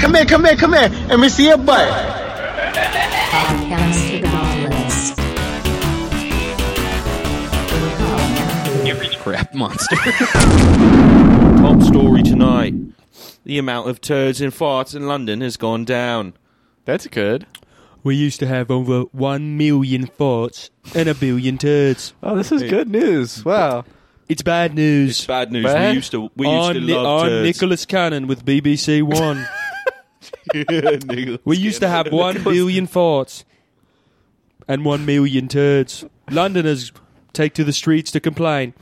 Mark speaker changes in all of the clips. Speaker 1: here, come here, come here. Let me see your butt.
Speaker 2: Podcast for the Ballless.
Speaker 3: Every crap monster.
Speaker 4: Top story tonight. The amount of turds and farts in London has gone down.
Speaker 5: That's good.
Speaker 6: We used to have over one million farts and a billion turds.
Speaker 5: Oh, this is good news. Wow.
Speaker 6: It's bad news.
Speaker 4: It's bad news.
Speaker 5: Bad?
Speaker 4: We used to we used to
Speaker 6: I'm, Ni-
Speaker 4: love
Speaker 6: I'm
Speaker 4: turds.
Speaker 6: Nicholas Cannon with BBC One. we used to have one billion farts and one million turds. Londoners take to the streets to complain.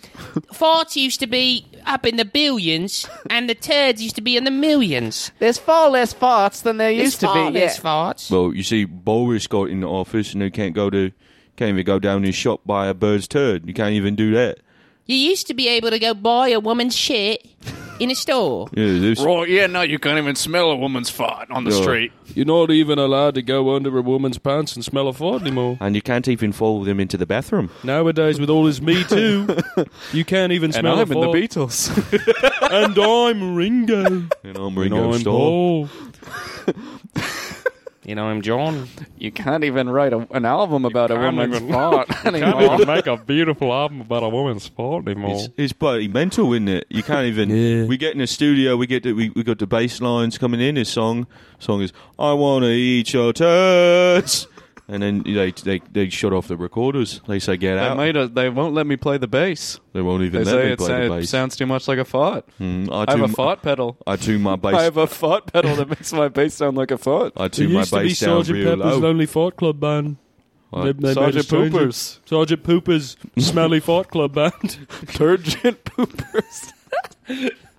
Speaker 7: Farts used to be up in the billions, and the turds used to be in the millions.
Speaker 5: There's far less farts than there used to
Speaker 7: far
Speaker 5: be.
Speaker 7: less
Speaker 5: yeah.
Speaker 7: farts.
Speaker 4: Well, you see, Boris got in the office and he can't go to can't even go down his shop buy a bird's turd. You can't even do that.
Speaker 7: You used to be able to go buy a woman's shit in a store.
Speaker 4: Yeah, this-
Speaker 8: Right, yeah, no, you can't even smell a woman's fart on the
Speaker 4: Yeah.
Speaker 8: street.
Speaker 6: You're not even allowed to go under a woman's pants and smell a fart anymore.
Speaker 4: And you can't even follow them into the bathroom.
Speaker 6: Nowadays, with all this Me Too, you can't even
Speaker 5: And
Speaker 6: smell
Speaker 5: I'm
Speaker 6: a
Speaker 5: in the
Speaker 6: fart.
Speaker 5: Beatles.
Speaker 6: And I'm Ringo.
Speaker 4: And I'm
Speaker 6: and
Speaker 4: Ringo
Speaker 6: I'm
Speaker 4: Starr.
Speaker 6: Paul.
Speaker 7: You know, I'm John.
Speaker 5: you can't even write a, an album about a
Speaker 6: can't
Speaker 5: woman's
Speaker 6: even-
Speaker 5: fart
Speaker 6: Can't
Speaker 5: anymore.
Speaker 6: even make a beautiful album about a woman's fart anymore.
Speaker 4: It's, it's bloody mental, isn't it? You can't even.
Speaker 6: Yeah.
Speaker 4: We get in the studio. We get the, we we got the bass lines coming in. His song song is "I wanna eat your turds," and then they they they shut off the recorders. They say get
Speaker 5: They
Speaker 4: out.
Speaker 5: made a, They won't let me play the bass.
Speaker 4: they won't even
Speaker 5: They
Speaker 4: let
Speaker 5: say
Speaker 4: me
Speaker 5: it,
Speaker 4: play the
Speaker 5: sound-
Speaker 4: bass.
Speaker 5: sounds too much like a fart.
Speaker 4: Mm,
Speaker 5: I
Speaker 4: tune
Speaker 5: have a
Speaker 4: my-
Speaker 5: fart pedal.
Speaker 4: I tune my bass.
Speaker 5: I have a fart pedal that makes my bass sound like a fart.
Speaker 4: I
Speaker 6: It
Speaker 4: tune my
Speaker 6: used to be
Speaker 4: bass down
Speaker 6: Sergeant
Speaker 4: real
Speaker 6: Pepper's
Speaker 4: low.
Speaker 6: Lonely Fart Club band.
Speaker 4: What?
Speaker 6: They- they made a
Speaker 5: Sergeant
Speaker 6: strange-
Speaker 5: Poopers.
Speaker 6: Sergeant Pooper's Smelly Fart Club band.
Speaker 5: Turgent Poopers.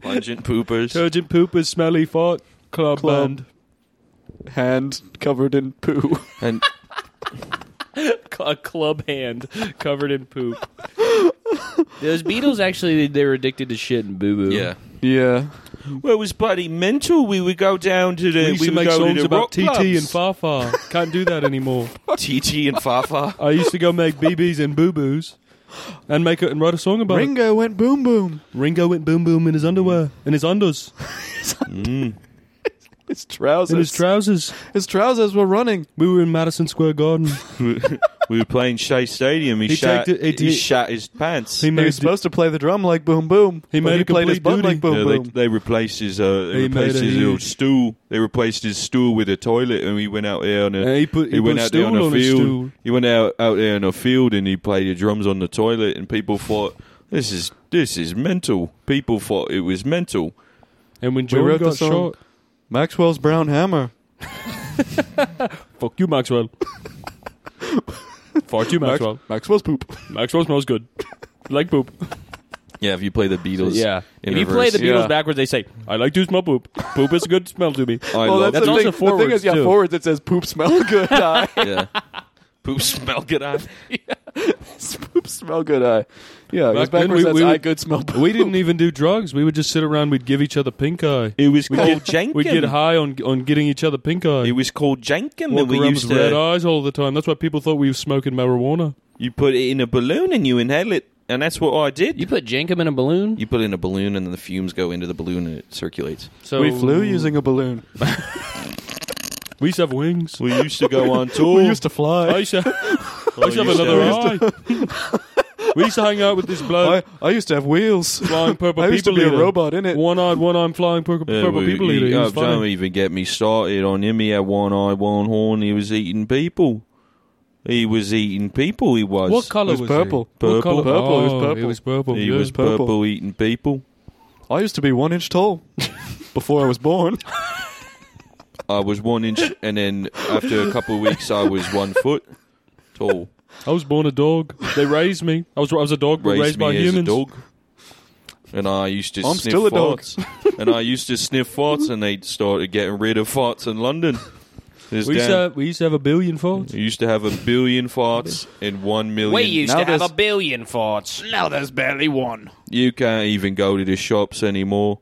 Speaker 4: Pungent poopers.
Speaker 6: Sergeant Pooper's Smelly Fart Club,
Speaker 5: Club.
Speaker 6: band.
Speaker 5: Hand covered in poo.
Speaker 4: and
Speaker 6: A club hand covered in poop.
Speaker 9: Those Beatles actually they were addicted to shit and boo boo.
Speaker 4: yeah.
Speaker 5: Yeah.
Speaker 4: Well, it was bloody mental. We would go down to the.
Speaker 6: We used to make
Speaker 4: would go
Speaker 6: songs
Speaker 4: to the
Speaker 6: about
Speaker 4: rock
Speaker 6: TT
Speaker 4: clubs.
Speaker 6: and Fafa. Can't do that anymore.
Speaker 4: TT and Fafa.
Speaker 6: I used to go make BBs and boo boos. And make it and write a song about it.
Speaker 5: Ringo went boom boom.
Speaker 6: Ringo went boom boom in his underwear, in his unders,
Speaker 5: His trousers.
Speaker 6: in his trousers.
Speaker 5: His trousers were running.
Speaker 6: We were in Madison Square Garden.
Speaker 4: we were playing Shea Stadium. He,
Speaker 6: He
Speaker 4: shat.
Speaker 6: checked it- it-
Speaker 4: he
Speaker 6: he-
Speaker 4: shat his pants.
Speaker 6: He
Speaker 5: He was
Speaker 6: made
Speaker 5: supposed to play the drum like boom boom.
Speaker 6: He
Speaker 5: but
Speaker 6: made
Speaker 5: he
Speaker 6: a
Speaker 5: played his
Speaker 6: complete
Speaker 5: butt
Speaker 6: duty.
Speaker 5: like boom
Speaker 4: Yeah,
Speaker 5: boom.
Speaker 4: they, they replaced his. Uh, they
Speaker 6: He
Speaker 4: replaced
Speaker 6: made a
Speaker 4: his little
Speaker 6: huge-
Speaker 4: stool. They replaced his stool with a toilet, and he went out there on a.
Speaker 6: Yeah, he put- he
Speaker 4: went
Speaker 6: put
Speaker 4: out there on
Speaker 6: stool
Speaker 4: a
Speaker 6: on his
Speaker 4: field.
Speaker 6: stool.
Speaker 4: He went out out there on a field, and he played the drums on the toilet, and people thought this is this is mental. People thought it was mental.
Speaker 6: And when
Speaker 5: We
Speaker 6: Jordan
Speaker 5: wrote the
Speaker 6: got
Speaker 5: song.
Speaker 6: shot,
Speaker 5: Maxwell's Brown Hammer.
Speaker 6: fuck you, Maxwell. fuck you,
Speaker 5: Max-
Speaker 6: Maxwell.
Speaker 5: Maxwell's poop.
Speaker 6: Maxwell smells good. Like poop.
Speaker 4: Yeah, if you play the Beatles,
Speaker 9: Yeah.
Speaker 4: in
Speaker 9: if you
Speaker 4: reverse.
Speaker 9: play the Beatles
Speaker 5: Yeah.
Speaker 9: backwards, they say
Speaker 6: I like to smell poop. Poop is a good smell to me.
Speaker 4: I
Speaker 5: well,
Speaker 4: love
Speaker 5: that's,
Speaker 9: That's
Speaker 5: the
Speaker 9: also
Speaker 5: thing. the thing
Speaker 9: forwards,
Speaker 5: is, yeah,
Speaker 9: too.
Speaker 5: forwards. It says poop smell good eye.
Speaker 4: yeah. Poop smell good eye.
Speaker 5: poop smell good eye. Yeah, because
Speaker 6: Back then,
Speaker 5: backwards
Speaker 6: we-
Speaker 5: that's
Speaker 6: we
Speaker 5: eye
Speaker 6: would-
Speaker 5: good smell. Poop.
Speaker 6: We didn't even do drugs. We would just sit around. We'd give each other pink eye.
Speaker 4: It was
Speaker 6: We'd
Speaker 4: called
Speaker 6: get- We'd get
Speaker 4: Jenkin.
Speaker 6: high on on getting each other pink eye.
Speaker 4: It was called Jenkin,
Speaker 6: Walk
Speaker 4: and we
Speaker 6: around
Speaker 4: used
Speaker 6: with red
Speaker 4: to.
Speaker 6: eyes all the time. That's why people thought we were smoking marijuana.
Speaker 4: You put it in a balloon and you inhale it, and that's what I did.
Speaker 7: You put Jenkum in a balloon?
Speaker 4: You put it in a balloon, and then the fumes go into the balloon, and it circulates.
Speaker 7: So
Speaker 5: we flew using a balloon.
Speaker 6: We used to have wings.
Speaker 4: We used to go on tour.
Speaker 5: We used
Speaker 6: I
Speaker 5: to fly.
Speaker 6: used to, I used to have
Speaker 4: used to-
Speaker 6: another eye. we used to hang out with this
Speaker 5: I,
Speaker 6: bloke
Speaker 5: I used to have wheels.
Speaker 6: flying purple
Speaker 5: I used to
Speaker 6: people
Speaker 5: be a
Speaker 6: eater.
Speaker 5: robot in it.
Speaker 6: One eyed, one eyed flying purple,
Speaker 4: Yeah,
Speaker 6: purple
Speaker 4: we-
Speaker 6: people
Speaker 4: he-
Speaker 6: eater. He
Speaker 4: oh,
Speaker 6: was
Speaker 4: don't
Speaker 6: funny.
Speaker 4: even get me started on him. He had one eye, one horn. He was eating people. He was eating people. He was.
Speaker 6: What color
Speaker 5: was purple.
Speaker 6: He?
Speaker 4: Purple.
Speaker 6: What color?
Speaker 5: Purple,
Speaker 6: Oh,
Speaker 5: it was purple.
Speaker 6: It was purple.
Speaker 4: He
Speaker 6: yeah.
Speaker 4: was purple.
Speaker 5: purple.
Speaker 4: eating people.
Speaker 5: I used to be one inch tall before I was born.
Speaker 4: I was one inch, and then after a couple of weeks, I was one foot tall.
Speaker 6: I was born a dog. They raised me. I was I was a dog but
Speaker 4: Raised,
Speaker 6: raised,
Speaker 4: me
Speaker 6: by
Speaker 4: as
Speaker 6: humans.
Speaker 4: a dog. And I used to
Speaker 5: I'm
Speaker 4: sniff
Speaker 5: still a dog.
Speaker 4: farts. and I used to sniff farts, and they started getting rid of farts in London. There's
Speaker 6: We used, to
Speaker 4: down-
Speaker 6: have, we used to have a billion farts.
Speaker 4: You used to have a billion farts and one million.
Speaker 7: we used to
Speaker 5: Now
Speaker 7: have a
Speaker 5: there's-
Speaker 7: billion farts.
Speaker 8: Now there's barely one.
Speaker 4: you can't even go to the shops anymore.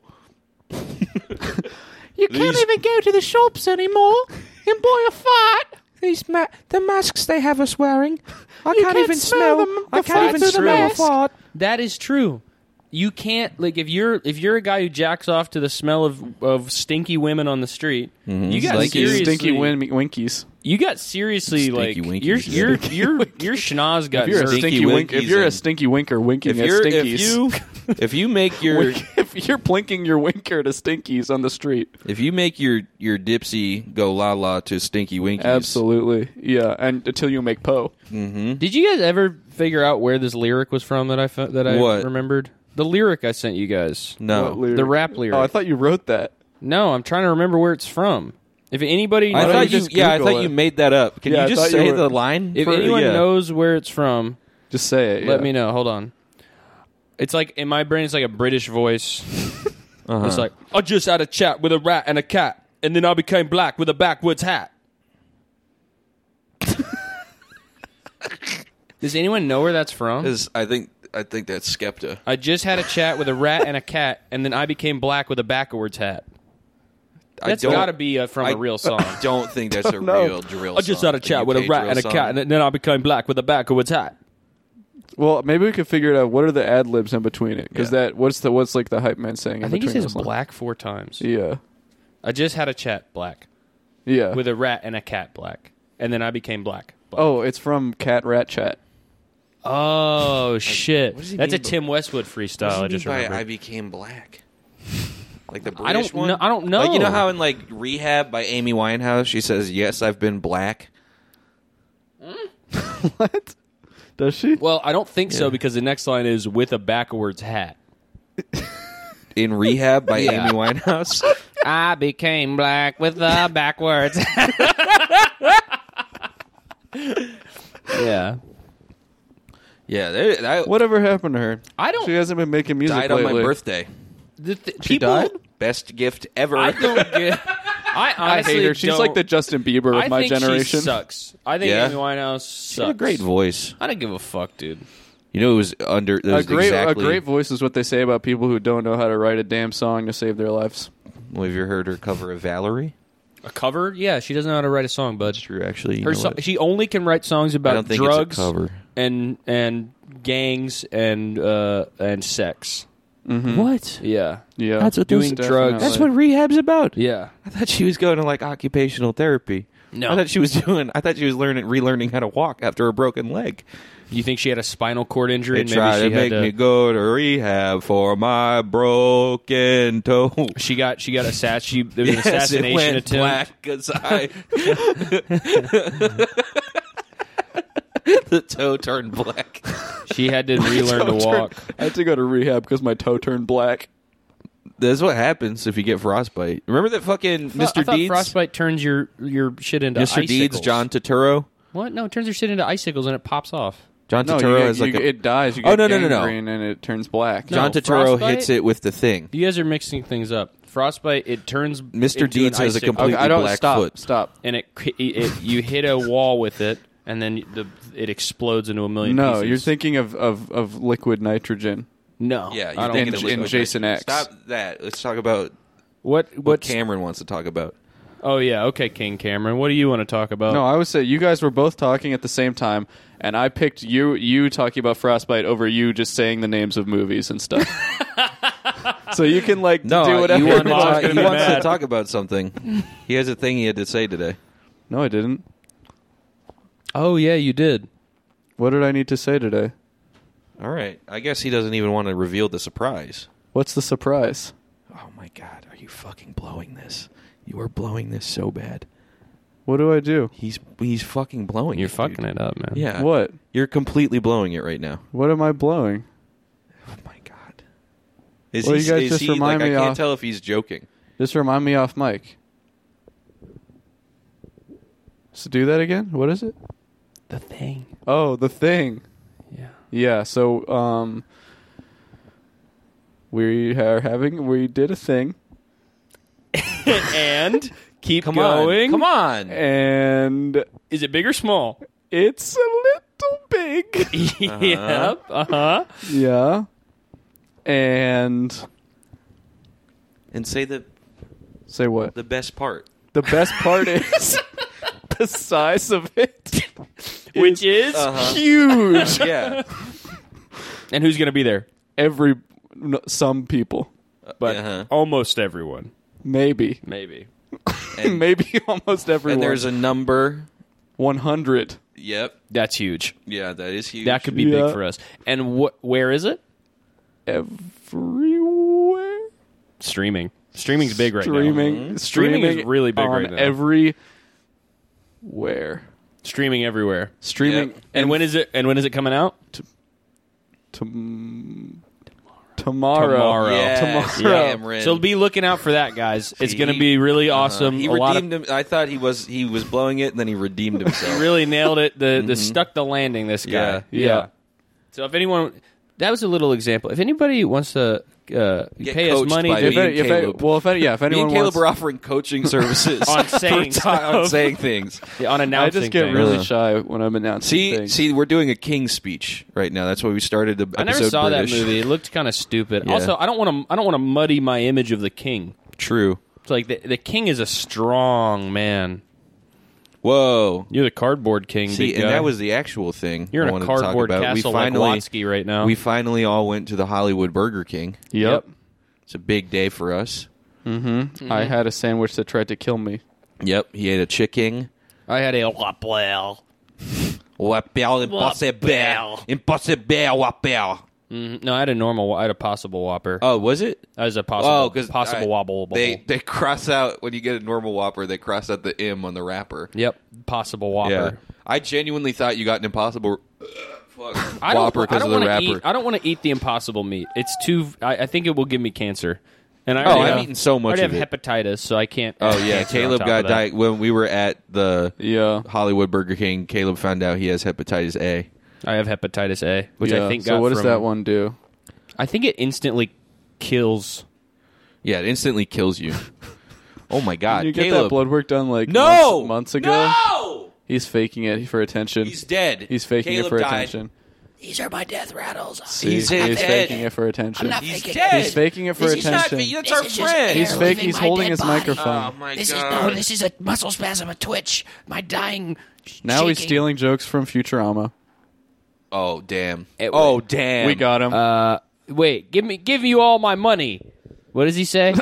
Speaker 7: You
Speaker 4: can't These- even
Speaker 7: go to the shops anymore and buy a fart.
Speaker 9: these ma- the masks they have us wearing. I can't, even smell. them. I can't
Speaker 7: farts
Speaker 9: even
Speaker 7: through the
Speaker 9: smell a
Speaker 7: mask.
Speaker 9: fart.
Speaker 7: That is true.
Speaker 9: you can't like if you're if you're a guy who jacks off to the smell of, of stinky women on the street,
Speaker 5: Mm,
Speaker 9: you got
Speaker 10: Stinky-
Speaker 9: seriously
Speaker 5: Stinky win- winkies.
Speaker 9: You got seriously like
Speaker 10: Stinky
Speaker 9: your
Speaker 10: winkies,
Speaker 9: your
Speaker 10: yeah.
Speaker 9: your your schnoz
Speaker 5: If
Speaker 9: got
Speaker 5: you're a
Speaker 9: zerked.
Speaker 5: stinky wink, if
Speaker 10: winkies
Speaker 5: you're a
Speaker 10: and-
Speaker 5: stinky winker winking
Speaker 4: If
Speaker 5: at
Speaker 4: you're
Speaker 5: stinkies,
Speaker 4: if you if you make your
Speaker 5: Wink- if you're blinking your winker to stinkies on the street,
Speaker 4: if you make your your dipsy go la la to stinky winkies,
Speaker 5: absolutely, yeah, and until you make Poe.
Speaker 9: Did you guys ever figure out where this lyric was from that I fo- that I
Speaker 4: What?
Speaker 9: remembered? The lyric I sent you guys.
Speaker 5: What
Speaker 4: No,
Speaker 5: lyric?
Speaker 9: The rap lyric.
Speaker 5: Oh, I thought you wrote that.
Speaker 9: no, I'm trying to remember where it's from. If anybody
Speaker 4: I
Speaker 9: knows-
Speaker 4: thought you
Speaker 5: just
Speaker 4: yeah I
Speaker 5: Google
Speaker 4: thought
Speaker 5: it?
Speaker 4: you made that up. Can
Speaker 5: Yeah, I
Speaker 4: you
Speaker 5: thought
Speaker 4: just
Speaker 5: you
Speaker 4: say
Speaker 5: were-
Speaker 4: the line?
Speaker 9: if
Speaker 4: for-
Speaker 9: anyone
Speaker 4: yeah.
Speaker 9: knows where it's from,
Speaker 5: Just say it.
Speaker 9: Let
Speaker 5: yeah.
Speaker 9: me know. Hold on. It's like in my brain, it's like a British voice. It's like
Speaker 11: I just had a chat with a rat and a cat, and then I became black with a backwards hat.
Speaker 9: does anyone know where that's from?
Speaker 4: Is- I think I think that's Skepta.
Speaker 9: I just had a chat with a rat and a cat, and then I became black with a backwards hat. That's
Speaker 4: I don't,
Speaker 9: got to be uh, from a
Speaker 4: I-
Speaker 9: real song.
Speaker 4: I don't think that's a real drill.
Speaker 11: I just had a chat with a rat and a cat, and then I became black with a backwards hat.
Speaker 5: Well, maybe we could figure it out. What are the ad libs in between it? Because
Speaker 4: Yeah.
Speaker 5: that what's the what's like the hype man saying?
Speaker 9: I
Speaker 5: in
Speaker 9: think he
Speaker 5: between
Speaker 9: says
Speaker 5: those lines?
Speaker 9: black four times.
Speaker 5: Yeah,
Speaker 9: I just had a chat black
Speaker 5: yeah.
Speaker 9: with a rat and a cat black, and then I became black. black.
Speaker 5: oh, it's from Cat Rat Chat.
Speaker 9: Oh shit!
Speaker 4: does he
Speaker 9: That's a
Speaker 4: mean by-
Speaker 9: Tim Westwood freestyle. I just remembered.
Speaker 4: I became black. Like the British
Speaker 9: I don't
Speaker 4: one.
Speaker 9: know- I don't know.
Speaker 4: Like you know how in like Rehab by Amy Winehouse, she says, "Yes, I've been black."
Speaker 5: what? Does she?
Speaker 9: Well, I don't think so because the next line is with a backwards hat.
Speaker 4: In Rehab by Amy Winehouse.
Speaker 9: I became black with a backwards hat. yeah.
Speaker 4: Yeah, they, I
Speaker 5: Whatever happened to her?
Speaker 9: I don't-
Speaker 5: She hasn't been making music
Speaker 4: died on
Speaker 5: lately.
Speaker 4: my birthday.
Speaker 9: The th-
Speaker 5: She
Speaker 9: people,
Speaker 5: died.
Speaker 4: Best gift ever.
Speaker 9: I don't get. I
Speaker 5: I
Speaker 9: honestly
Speaker 5: hate her. She's
Speaker 9: don't-
Speaker 5: like the Justin Bieber of
Speaker 9: I
Speaker 5: my
Speaker 9: think
Speaker 5: generation.
Speaker 9: She sucks. I think
Speaker 4: Yeah?
Speaker 9: Amy Winehouse sucks.
Speaker 4: She had a great voice.
Speaker 9: I don't give a fuck, dude.
Speaker 4: You know, it was under. It
Speaker 5: A
Speaker 4: was
Speaker 5: great,
Speaker 4: exactly.
Speaker 5: a great voice is what they say about people who don't know how to write a damn song to save their lives.
Speaker 4: Well, have you heard her cover of Valerie?
Speaker 9: A cover? Yeah, she doesn't know how to write a song, bud.
Speaker 4: True, actually. you
Speaker 9: Her
Speaker 4: know
Speaker 9: so-
Speaker 4: what?
Speaker 9: she only can write songs about
Speaker 4: I don't think it's
Speaker 9: drugs
Speaker 4: a cover.
Speaker 9: and and gangs and uh, and sex.
Speaker 4: What?
Speaker 9: Yeah,
Speaker 5: Yeah,
Speaker 4: That's what
Speaker 9: Doing
Speaker 4: this-
Speaker 9: drugs.
Speaker 4: That's what rehab's about.
Speaker 9: yeah.
Speaker 4: I thought she was going to like occupational therapy.
Speaker 9: No.
Speaker 4: I thought she was doing. I thought she was learning, relearning how to walk after a broken leg.
Speaker 9: You think she had a spinal cord injury?
Speaker 4: They
Speaker 9: and
Speaker 4: tried
Speaker 9: maybe
Speaker 4: to
Speaker 9: she had
Speaker 4: make me go to rehab for my broken toe.
Speaker 9: She got she got assassinated. There was an
Speaker 4: Yes, it
Speaker 9: assassination
Speaker 4: went black
Speaker 9: attempt.
Speaker 4: 'cause I. the toe turned black.
Speaker 9: She had to relearn to walk.
Speaker 5: I had to go to rehab because my toe turned black.
Speaker 4: That's what happens if you get frostbite. Remember that fucking
Speaker 9: I
Speaker 4: Mr.
Speaker 9: thought
Speaker 4: Deeds?
Speaker 9: frostbite turns your your shit into
Speaker 4: Mr.
Speaker 9: icicles.
Speaker 4: Deeds, John Turturro.
Speaker 9: What? No, it turns your shit into icicles and it pops off.
Speaker 4: John
Speaker 5: No, you
Speaker 4: Turturro
Speaker 5: get-
Speaker 4: is like
Speaker 5: you-
Speaker 4: a,
Speaker 5: it dies. You
Speaker 4: Oh,
Speaker 5: get
Speaker 4: no, no, no, no.
Speaker 5: gangrene and it turns black.
Speaker 4: John
Speaker 9: No,
Speaker 4: Turturro
Speaker 9: frostbite?
Speaker 4: hits it with the thing.
Speaker 9: You guys are mixing things up. Frostbite it turns
Speaker 4: Mr.
Speaker 9: into an
Speaker 4: Deeds has a
Speaker 9: icicle,
Speaker 4: complete-
Speaker 5: Okay, I don't
Speaker 4: black
Speaker 5: stop.
Speaker 4: foot.
Speaker 5: Stop.
Speaker 9: and it, it you hit a wall with it and then the it explodes into a million.
Speaker 5: No,
Speaker 9: pieces.
Speaker 5: you're thinking of, of, of liquid nitrogen.
Speaker 9: no.
Speaker 4: Yeah, you're
Speaker 9: I don't.
Speaker 4: thinking
Speaker 9: think
Speaker 4: of
Speaker 9: so.
Speaker 5: in Jason X.
Speaker 4: Stop that. Let's talk about
Speaker 9: What
Speaker 4: what
Speaker 9: what?
Speaker 4: Cameron wants to talk about.
Speaker 9: Oh yeah, okay, King Cameron. What do you want to talk about?
Speaker 5: No, I would say you guys were both talking at the same time, and I picked you you talking about frostbite over you just saying the names of movies and stuff. so you can like do whatever.
Speaker 4: he, wanted
Speaker 5: you
Speaker 4: to
Speaker 5: want.
Speaker 4: talk- he wants to talk about something. He has a thing he had to say today.
Speaker 5: No, I didn't.
Speaker 9: oh yeah, you did.
Speaker 5: What did I need to say today?
Speaker 4: All right. I guess he doesn't even want to reveal the surprise.
Speaker 5: What's the surprise?
Speaker 4: Oh my God! Are you fucking blowing this? You are blowing this so bad.
Speaker 5: What do I do?
Speaker 4: He's he's fucking blowing.
Speaker 9: You're
Speaker 4: it,
Speaker 9: fucking
Speaker 4: dude.
Speaker 9: it up, man.
Speaker 4: Yeah.
Speaker 5: What?
Speaker 4: You're completely blowing it right now.
Speaker 5: What am I blowing?
Speaker 4: Oh my God. Is
Speaker 5: Well,
Speaker 4: he?
Speaker 5: you guys
Speaker 4: is
Speaker 5: just
Speaker 4: he,
Speaker 5: remind
Speaker 4: like,
Speaker 5: me uh,
Speaker 4: I can't
Speaker 5: off-
Speaker 4: tell if he's joking.
Speaker 5: Just remind me off mic. So do that again. What is it?
Speaker 9: The thing.
Speaker 5: Oh, the thing.
Speaker 9: Yeah.
Speaker 5: Yeah, so um we are having we did a thing
Speaker 9: And keep
Speaker 4: Come
Speaker 9: going.
Speaker 4: on. Come on.
Speaker 5: Eh. and
Speaker 9: Is it big or small?
Speaker 5: it's a little big.
Speaker 9: yep. Uh huh.
Speaker 5: yeah. And
Speaker 4: and say the
Speaker 5: say what?
Speaker 4: the best part.
Speaker 5: The best part is the size of it.
Speaker 9: Which is uh-huh.
Speaker 5: Huge.
Speaker 4: Yeah.
Speaker 9: and who's gonna be there?
Speaker 5: Every n- some people.
Speaker 9: but almost everyone,
Speaker 5: Maybe.
Speaker 9: maybe.
Speaker 5: Maybe almost everyone.
Speaker 4: And there's a number.
Speaker 5: 100.
Speaker 4: Yep.
Speaker 9: That's huge.
Speaker 4: Yeah, that is huge.
Speaker 9: That could be
Speaker 5: Yeah.
Speaker 9: big for us. And what? Where is it?
Speaker 5: Everywhere?
Speaker 9: Streaming. Streaming's big right now.
Speaker 5: streaming,
Speaker 4: Mm-hmm.
Speaker 5: Streaming
Speaker 9: Streaming is really big
Speaker 5: on
Speaker 9: right now.
Speaker 5: Every where
Speaker 9: Streaming everywhere.
Speaker 5: streaming
Speaker 4: Yep.
Speaker 9: And when is it? And when is it coming out?
Speaker 5: tom- tomorrow.
Speaker 9: Tomorrow.
Speaker 4: Yes,
Speaker 5: Tomorrow.
Speaker 4: yeah, Ren.
Speaker 9: So be looking out for that, guys. It's going to be really
Speaker 4: uh-huh.
Speaker 9: awesome.
Speaker 4: Uh, He
Speaker 9: a lot of
Speaker 4: redeemed him. I thought he was he was blowing it, and then he redeemed himself.
Speaker 9: really nailed it. The the stuck the landing. This guy.
Speaker 4: Mm-hmm. Yeah.
Speaker 5: Yeah.
Speaker 9: So if anyone, that was a little example. If anybody wants to uh,
Speaker 4: Get
Speaker 9: pay us
Speaker 4: coached
Speaker 9: money
Speaker 4: by
Speaker 9: to
Speaker 5: If,
Speaker 4: me.
Speaker 5: any- if any-
Speaker 4: Caleb.
Speaker 5: well, if any, yeah, if
Speaker 4: Me
Speaker 5: anyone
Speaker 4: and Caleb
Speaker 5: wants,
Speaker 4: are offering coaching services
Speaker 9: on
Speaker 4: for
Speaker 9: saying
Speaker 4: ti- on saying things.
Speaker 9: on
Speaker 5: I
Speaker 9: announcing,
Speaker 5: just get
Speaker 9: things.
Speaker 5: really
Speaker 4: Yeah.
Speaker 5: shy when I'm announcing.
Speaker 4: See,
Speaker 5: things.
Speaker 4: see, we're doing a king speech right now. That's why we started the.
Speaker 9: I never
Speaker 4: episode
Speaker 9: saw
Speaker 4: British.
Speaker 9: that movie. It looked kind of stupid. Also, I don't want to. I don't want to muddy my image of the king.
Speaker 4: True.
Speaker 9: It's like the, the king is a strong man.
Speaker 4: Whoa.
Speaker 9: You're the cardboard king.
Speaker 4: See,
Speaker 9: big
Speaker 4: and
Speaker 9: guy.
Speaker 4: that was the actual thing.
Speaker 9: You're
Speaker 4: I
Speaker 9: in a
Speaker 4: wanted to talk
Speaker 9: cardboard
Speaker 4: about.
Speaker 9: castle
Speaker 4: we finally,
Speaker 9: like Watsky right now.
Speaker 4: We finally all went to the Hollywood Burger King.
Speaker 5: yep.
Speaker 4: It's a big day for us.
Speaker 5: I
Speaker 4: Mm-hmm.
Speaker 5: had a sandwich that tried to kill me.
Speaker 4: Yep. He ate a chicken.
Speaker 9: I had a wapwell.
Speaker 4: Wapel, impossible. Impossible, wapel.
Speaker 9: No, I had a normal. I had a possible whopper.
Speaker 4: Oh, was it?
Speaker 9: I was a possible.
Speaker 4: Oh, because
Speaker 9: possible wobble. bubble.
Speaker 4: They they cross out when you get a normal Whopper. They cross out the M on the wrapper.
Speaker 9: Yep, possible whopper.
Speaker 4: Yeah, I genuinely thought you got an impossible fuck,
Speaker 9: I don't,
Speaker 4: Whopper
Speaker 9: I
Speaker 4: because of
Speaker 9: don't
Speaker 4: the
Speaker 9: wanna
Speaker 4: wrapper.
Speaker 9: Eat, I don't want to eat the impossible meat. It's too. I, I think it will give me cancer. And I
Speaker 4: Oh,
Speaker 9: already
Speaker 4: I've
Speaker 9: have,
Speaker 4: eaten so much
Speaker 9: I already
Speaker 4: of
Speaker 9: have hepatitis, so I can't.
Speaker 4: oh
Speaker 9: have
Speaker 4: yeah,
Speaker 9: cancer on
Speaker 4: Caleb
Speaker 9: top
Speaker 4: got
Speaker 9: of that.
Speaker 4: di- when we were at the
Speaker 5: Yeah.
Speaker 4: Hollywood Burger King. Caleb found out he has hepatitis A.
Speaker 9: I have hepatitis A, which
Speaker 5: yeah.
Speaker 9: I think.
Speaker 5: so
Speaker 9: got
Speaker 5: what does
Speaker 9: from-
Speaker 5: that one do?
Speaker 9: I think it instantly kills.
Speaker 4: Yeah, it instantly kills you. oh my god,
Speaker 5: you get
Speaker 4: Caleb!
Speaker 5: that blood work done like
Speaker 4: no,
Speaker 5: months, months ago.
Speaker 4: No,
Speaker 5: He's faking it for attention.
Speaker 4: he's dead.
Speaker 5: He's faking
Speaker 4: Caleb
Speaker 5: it for
Speaker 4: died.
Speaker 5: attention.
Speaker 7: These are my death rattles.
Speaker 5: See,
Speaker 4: He's
Speaker 5: he's
Speaker 4: dead.
Speaker 5: faking it for attention.
Speaker 4: He's
Speaker 7: faking it.
Speaker 4: dead.
Speaker 5: He's faking it for
Speaker 7: This is not
Speaker 5: attention.
Speaker 4: That's
Speaker 7: This
Speaker 4: our
Speaker 7: is just
Speaker 4: friend.
Speaker 5: He's
Speaker 7: air
Speaker 5: fake.
Speaker 7: leaving
Speaker 5: He's
Speaker 7: my
Speaker 5: holding
Speaker 7: dead
Speaker 5: his
Speaker 7: body.
Speaker 5: microphone.
Speaker 4: oh my
Speaker 7: This is
Speaker 4: god.
Speaker 7: no. This is a muscle spasm, a twitch. My dying. sh-
Speaker 5: now he's
Speaker 7: shaking.
Speaker 5: stealing jokes from Futurama.
Speaker 4: oh damn. oh damn.
Speaker 5: We got him.
Speaker 9: Uh, Wait, give me, give you all my money. What does he say?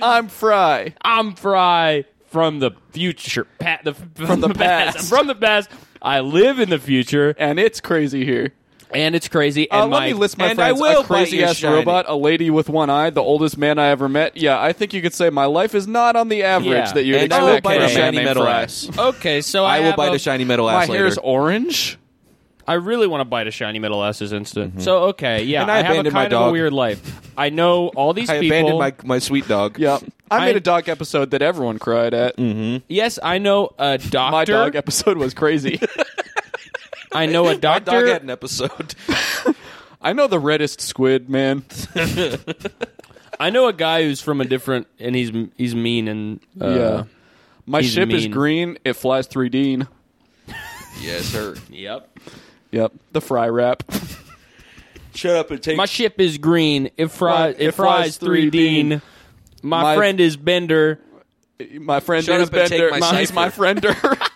Speaker 5: I'm Fry.
Speaker 9: I'm Fry from the future, pat the from
Speaker 5: the past.
Speaker 9: past, from the past. I live in the future,
Speaker 5: And it's crazy here.
Speaker 9: and it's crazy.
Speaker 5: Uh,
Speaker 9: And
Speaker 5: let
Speaker 9: my-
Speaker 5: me list my
Speaker 4: and I
Speaker 5: friends.
Speaker 4: will
Speaker 5: a crazy
Speaker 4: bite your
Speaker 5: ass
Speaker 4: shiny.
Speaker 5: robot, a lady with one eye, the oldest man I ever met. Yeah, I think you could say my life is not on the average
Speaker 9: Yeah.
Speaker 5: that you'd
Speaker 4: And I
Speaker 5: expect
Speaker 4: will bite
Speaker 5: from
Speaker 4: a
Speaker 5: a man
Speaker 4: shiny
Speaker 5: named
Speaker 4: metal
Speaker 5: Fry.
Speaker 4: ass.
Speaker 9: Okay, so I,
Speaker 4: I will
Speaker 9: have
Speaker 4: bite
Speaker 9: a
Speaker 4: a shiny metal
Speaker 5: My
Speaker 4: ass
Speaker 5: hair
Speaker 4: later.
Speaker 5: is orange.
Speaker 9: I really want to bite a shiny middle ass this instant. So okay, yeah,
Speaker 4: And I
Speaker 9: have a kind
Speaker 4: abandoned my
Speaker 9: of a
Speaker 4: dog.
Speaker 9: weird life. I know all these
Speaker 4: I
Speaker 9: people.
Speaker 4: abandoned my my sweet dog.
Speaker 5: Yep. I,
Speaker 9: I-
Speaker 5: made a dog episode that everyone cried at.
Speaker 4: Mm.
Speaker 9: yes, I know a doctor.
Speaker 5: My dog episode was crazy.
Speaker 9: I know a
Speaker 4: My dog
Speaker 9: doctor.
Speaker 4: had an episode.
Speaker 5: I know the reddest squid, man.
Speaker 9: I know a guy who's from a different, and he's he's mean and uh,
Speaker 5: yeah. My
Speaker 9: he's
Speaker 5: ship is
Speaker 9: mean.
Speaker 5: green. It flies 3D.
Speaker 4: yes, sir.
Speaker 9: Yep.
Speaker 5: Yep. The fry wrap.
Speaker 4: Shut up and take.
Speaker 9: My ship is green. It fries.
Speaker 5: Fri-
Speaker 9: It,
Speaker 5: it
Speaker 9: fries
Speaker 5: fries
Speaker 9: three Dean. My,
Speaker 5: My-
Speaker 9: friend is Bender.
Speaker 5: My friend
Speaker 4: Shut
Speaker 5: is
Speaker 4: up and take
Speaker 5: Bender.
Speaker 4: my
Speaker 5: he's
Speaker 4: cipher.
Speaker 5: my friender.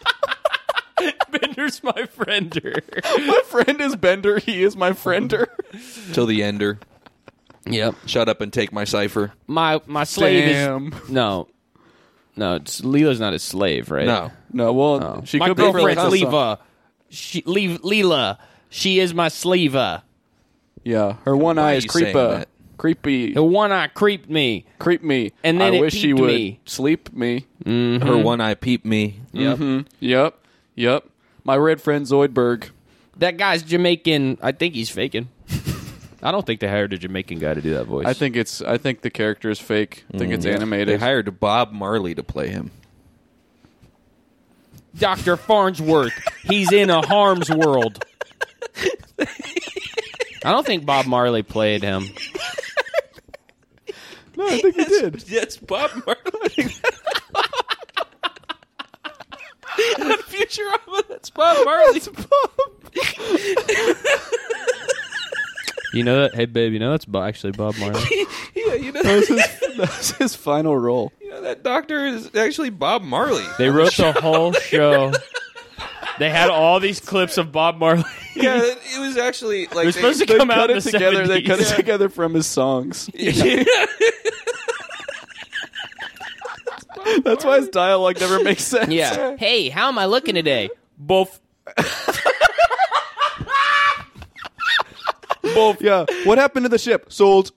Speaker 9: Bender's my friender.
Speaker 5: my friend is Bender. He is my friender.
Speaker 4: till the ender.
Speaker 9: yep.
Speaker 4: Shut up and take my cipher.
Speaker 9: My my slave
Speaker 5: Damn.
Speaker 9: is no, no. It's, Leela's not his slave, right?
Speaker 4: No,
Speaker 5: No, well,
Speaker 4: Oh.
Speaker 5: she
Speaker 9: my
Speaker 5: could be for
Speaker 9: girlfriend's
Speaker 5: like some-
Speaker 9: Leva. She leave Leela. She is my sleva.
Speaker 5: Yeah, her one
Speaker 4: Why
Speaker 5: eye
Speaker 4: are
Speaker 5: is
Speaker 4: you saying
Speaker 5: creepa.
Speaker 4: that?
Speaker 5: Creepy.
Speaker 9: The one eye creeped me.
Speaker 5: Creep me.
Speaker 9: And then
Speaker 5: I
Speaker 9: it
Speaker 5: wish she
Speaker 9: peeped
Speaker 5: would
Speaker 9: me.
Speaker 5: sleep me.
Speaker 4: her one eye peeped me.
Speaker 5: Mm-hmm. Yep. Yep. My red friend Zoidberg.
Speaker 9: That guy's Jamaican. I think he's faking. I don't think they hired a Jamaican guy to do that voice.
Speaker 5: I think it's I think the character is fake. I think it's
Speaker 4: Mm. They
Speaker 5: animated.
Speaker 4: hired Bob Marley to play him.
Speaker 9: Dr. Farnsworth. He's in a harm's world. I don't think Bob Marley played him.
Speaker 5: no, I think they did.
Speaker 4: Yes, Bob Marley. Futurama. That's Bob Marley.
Speaker 9: You know that? Hey, babe, you know that's Bo- actually Bob Marley.
Speaker 4: yeah, you know,
Speaker 5: That was his, that was his final role.
Speaker 4: you know that doctor is actually Bob Marley.
Speaker 9: They wrote the whole show. They had all these clips of Bob Marley.
Speaker 5: Yeah, it it was actually like
Speaker 9: was supposed to
Speaker 5: they
Speaker 9: come
Speaker 5: cut
Speaker 9: out in
Speaker 5: it
Speaker 9: the
Speaker 5: together. They cut it
Speaker 9: 70s.
Speaker 5: together from his songs. That's why his dialogue never makes sense.
Speaker 7: Yeah. Hey, how am I looking today?
Speaker 9: Both.
Speaker 5: yeah. What happened to the ship? Sold.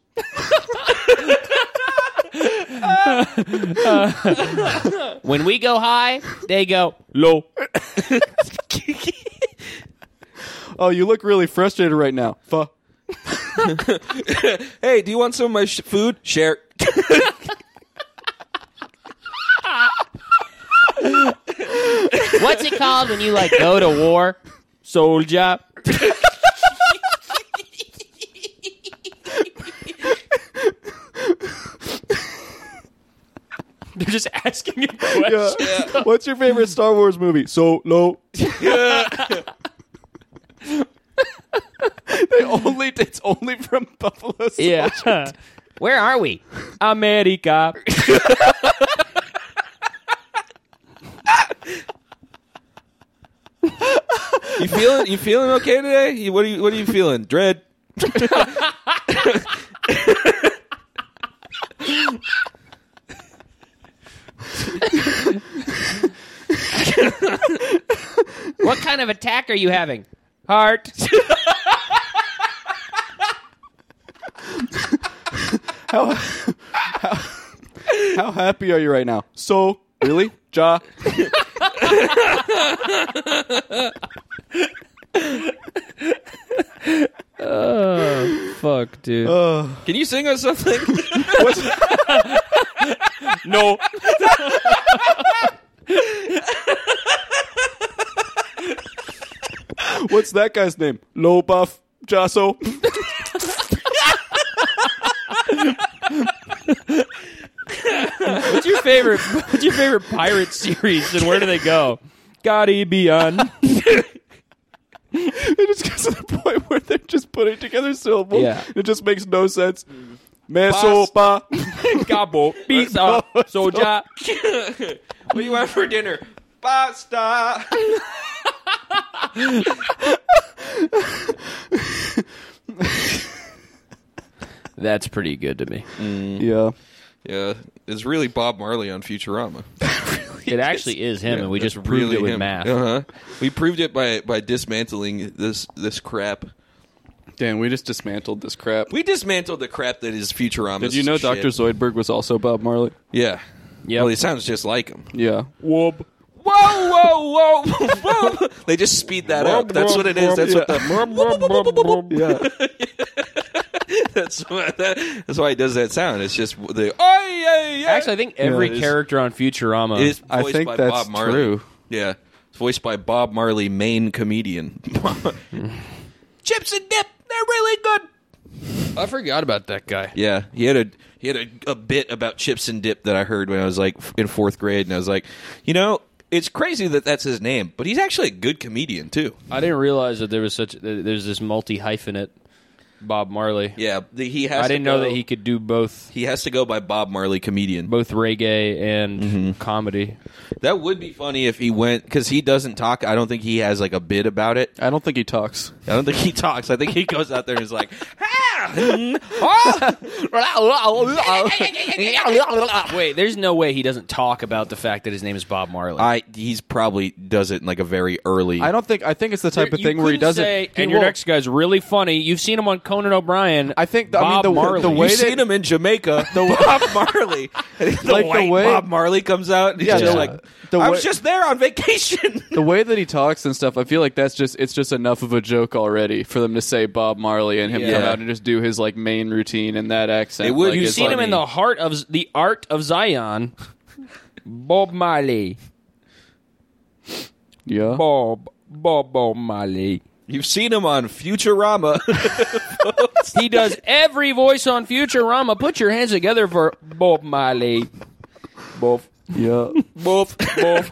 Speaker 7: When we go high, they go.
Speaker 9: Low.
Speaker 5: Oh, you look really frustrated right now. Fuh. hey, do you want some of my sh- food? Share.
Speaker 7: What's it called when you like go to war?
Speaker 9: Soldier. They're just asking him questions.
Speaker 5: What's your favorite Star Wars movie? So low. they only it's only from Buffalo. Soldier.
Speaker 9: Yeah.
Speaker 7: Where are we?
Speaker 9: America.
Speaker 4: You feeling? You feeling okay today? You, what are you? What are you feeling? Dread.
Speaker 7: What kind of attack are you having?
Speaker 9: Heart.
Speaker 5: How happy are you right now? So really, Ja.
Speaker 9: Fuck, dude.
Speaker 4: Can you sing us something?
Speaker 9: no.
Speaker 5: What's that guy's name? Low Buff Jasso.
Speaker 9: What's your favorite? What's your favorite pirate series, and where do they go? Gotti Beyond.
Speaker 5: it just gets to the point where they're just putting together syllables.
Speaker 9: Yeah.
Speaker 5: It just makes no sense. Mesopa.
Speaker 9: Gabo, pizza, soja.
Speaker 4: what do you want for dinner? Pasta.
Speaker 9: That's pretty good to me.
Speaker 5: Yeah.
Speaker 4: Yeah, it's really Bob Marley on Futurama.
Speaker 9: It actually is him, and we just proved it with math.
Speaker 5: Uh-huh.
Speaker 4: Uh huh. We proved it by by dismantling this this crap.
Speaker 5: Dan, we just dismantled this crap.
Speaker 4: We dismantled the crap that is Futurama.
Speaker 5: Did you know Dr.
Speaker 4: Shit.
Speaker 5: Zoidberg was also Bob Marley?
Speaker 4: Yeah.
Speaker 9: Yep.
Speaker 4: Well, he sounds just like him.
Speaker 5: Yeah.
Speaker 9: Whoop.
Speaker 4: Whoa, whoa, whoa, whoa! they just speed that up. That's what it is. That's what the.
Speaker 5: Yeah.
Speaker 4: That's why, that, that's why he does that sound. It's just the. Oh yeah, yeah.
Speaker 9: Actually, I think every
Speaker 5: it is.
Speaker 9: character on Futurama.
Speaker 4: It is voiced
Speaker 5: I think
Speaker 4: by
Speaker 5: that's
Speaker 4: Bob Marley.
Speaker 5: true.
Speaker 4: Yeah, it's voiced by Bob Marley, main comedian. Chips and dip, they're really good.
Speaker 9: I forgot about that guy.
Speaker 4: Yeah, he had a he had a, a bit about chips and dip that I heard when I was like f- in fourth grade, and I was like, you know, it's crazy that that's his name, but he's actually a good comedian too.
Speaker 9: I didn't realize that there was such. that There's this multi hyphenate Bob Marley.
Speaker 4: Yeah, the, he has.
Speaker 9: I
Speaker 4: to
Speaker 9: didn't know
Speaker 4: go-
Speaker 9: that he could do both
Speaker 4: He has to go by Bob Marley comedian.
Speaker 9: both reggae and
Speaker 5: Mm-hmm.
Speaker 9: comedy.
Speaker 4: That would be funny if he went because he doesn't talk. I don't think he has like a bit about it.
Speaker 5: I don't think he talks.
Speaker 4: I don't think he talks. I think he goes out there and is like,
Speaker 9: Wait, there's no way he doesn't talk about the fact that his name is Bob Marley.
Speaker 4: I. He's probably does it in like a very early.
Speaker 5: I don't think. I think it's the type of
Speaker 9: You
Speaker 5: thing where he
Speaker 9: couldn't
Speaker 5: doesn't.
Speaker 9: say,
Speaker 5: he
Speaker 9: and your
Speaker 5: won't.
Speaker 9: next guy's really funny. You've seen him on Conan O'Brien.
Speaker 5: I think. I mean,
Speaker 9: Bob
Speaker 5: the,
Speaker 9: Marley.
Speaker 5: the
Speaker 9: You
Speaker 5: way
Speaker 4: You've
Speaker 5: they,
Speaker 4: seen him in Jamaica. The Bob Marley, the
Speaker 5: Like the
Speaker 4: white
Speaker 5: way-
Speaker 4: Bob Marley comes out. And he's
Speaker 5: Yeah,
Speaker 4: just
Speaker 5: the-
Speaker 4: like
Speaker 5: the
Speaker 4: I
Speaker 5: way-
Speaker 4: was just there on vacation.
Speaker 5: the way that he talks and stuff, I feel like that's just it's just enough of a joke already for them to say Bob Marley and him come
Speaker 4: Yeah.
Speaker 5: out and just do his like main routine in that accent.
Speaker 4: They would-
Speaker 5: Like,
Speaker 4: you've
Speaker 5: it's
Speaker 9: seen him
Speaker 5: funny.
Speaker 9: in the heart of Z- the art of Zion. Bob Marley,
Speaker 5: yeah.
Speaker 9: Bob, Bob, Bob Marley.
Speaker 4: You've seen him on Futurama.
Speaker 9: He does every voice on Futurama. Put your hands together for Bob Marley. Bob,
Speaker 5: Yeah.
Speaker 9: Bob, Bob.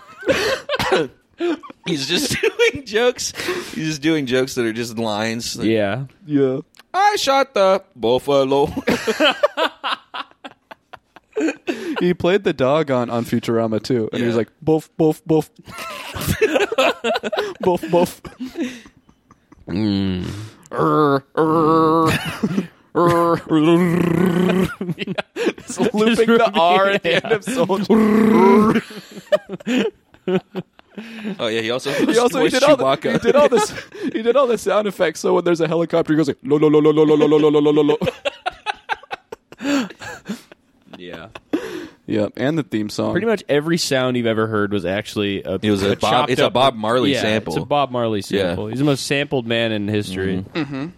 Speaker 4: he's just doing jokes. He's just doing jokes that are just lines. Like,
Speaker 9: Yeah,
Speaker 5: Yeah.
Speaker 4: I shot the buffalo.
Speaker 5: He played the dog on on Futurama too, and he was like boof boof boof.
Speaker 12: Buff, buff.
Speaker 5: looping the R at the end of Soldier.
Speaker 4: Oh yeah, he also
Speaker 5: He also he
Speaker 4: voiced
Speaker 5: did, all the,
Speaker 4: Chewbacca.
Speaker 5: he did all this. He did all the sound effects. So when there's a helicopter, he goes like lo lo lo lo lo lo lo lo lo lo lo.
Speaker 4: yeah,
Speaker 5: Yeah, and the theme song.
Speaker 9: Pretty much every sound you've ever heard was actually a.
Speaker 4: it was a, Bob.
Speaker 9: chopped
Speaker 4: It's a
Speaker 9: up-
Speaker 4: Bob Marley
Speaker 9: yeah,
Speaker 4: sample.
Speaker 9: It's a Bob Marley
Speaker 4: Yeah.
Speaker 9: sample. He's the most sampled man in history. Mm-hmm.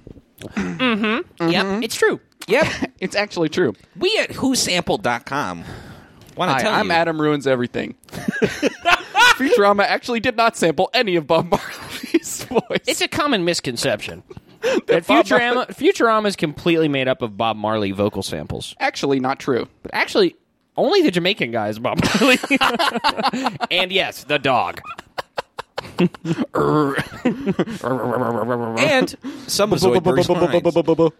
Speaker 7: Yep, it's true.
Speaker 5: Yep, it's actually true.
Speaker 4: we at whosample.com want to
Speaker 5: Hi,
Speaker 4: tell
Speaker 5: I'm
Speaker 4: you.
Speaker 5: Adam ruins everything. Futurama actually did not sample any of Bob Marley's voice.
Speaker 9: It's a common misconception. that Futurama, Futurama is completely made up of Bob Marley vocal samples.
Speaker 5: actually not true.
Speaker 9: But actually, only the Jamaican guy is Bob Marley. and yes, the dog.
Speaker 4: and some of Zoidberg's lines.
Speaker 12: Zoidberg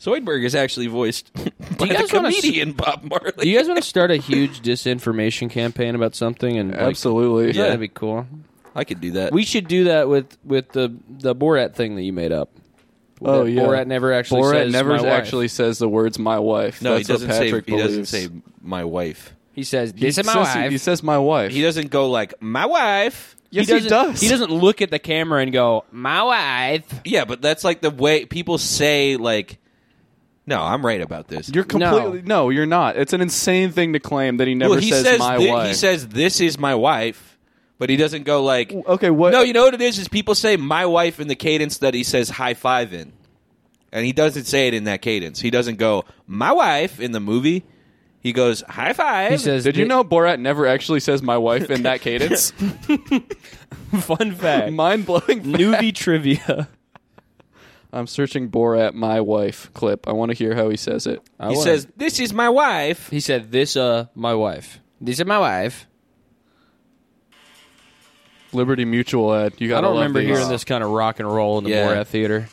Speaker 4: Zoidberg is actually voiced by
Speaker 9: you guys
Speaker 4: the
Speaker 9: wanna s-
Speaker 4: comedian Bob Marley.
Speaker 9: Do you guys want to start a huge disinformation campaign about something? And like,
Speaker 5: Absolutely.
Speaker 4: Yeah.
Speaker 9: that'd be cool.
Speaker 4: I could do that.
Speaker 9: We should do that with with the the Borat thing that you made up.
Speaker 5: Oh
Speaker 9: That
Speaker 5: yeah.
Speaker 9: Borat never actually
Speaker 5: Borat
Speaker 9: says
Speaker 5: never
Speaker 9: my wife.
Speaker 5: actually says the words "my wife."
Speaker 4: no, he
Speaker 5: That's
Speaker 4: doesn't
Speaker 5: what
Speaker 4: say.
Speaker 5: Patrick
Speaker 4: He doesn't
Speaker 5: believes.
Speaker 4: say my wife.
Speaker 9: He says
Speaker 5: He
Speaker 9: this is my
Speaker 5: says-
Speaker 9: wife.
Speaker 5: He says "my wife."
Speaker 4: He doesn't go like my wife.
Speaker 5: yes, he,
Speaker 9: doesn't,
Speaker 5: does.
Speaker 9: He doesn't look at the camera and go, "My wife."
Speaker 4: Yeah, but that's like the way people say like. No, I'm right about this.
Speaker 5: You're completely no. You're not. It's an insane thing to claim that he never
Speaker 4: well, he
Speaker 5: says,
Speaker 4: says,
Speaker 5: "my
Speaker 4: thi-
Speaker 5: wife."
Speaker 4: He says this is my wife, but he doesn't go like.
Speaker 5: okay, what?
Speaker 4: No, you know what it is? Is people say my wife in the cadence that he says high five in. And he doesn't say it in that cadence. He doesn't go, my wife in the movie. He goes, high five.
Speaker 9: He says,
Speaker 5: Did you
Speaker 9: "Thi-
Speaker 5: know Borat never actually says "my wife" in that cadence?
Speaker 9: Fun fact.
Speaker 5: Mind blowing.
Speaker 9: Newbie trivia.
Speaker 5: I'm searching Borat "my wife" clip. I want to hear how he says it. Uh,
Speaker 9: I
Speaker 4: he
Speaker 9: wanna-
Speaker 4: says, this is my wife.
Speaker 9: he said this uh my wife. This is my wife.
Speaker 5: Liberty Mutual ad. You
Speaker 9: I
Speaker 5: gotta
Speaker 9: don't
Speaker 5: love
Speaker 9: remember
Speaker 5: these.
Speaker 9: hearing this kind of rock and roll in the
Speaker 4: Yeah.
Speaker 9: Borat theater.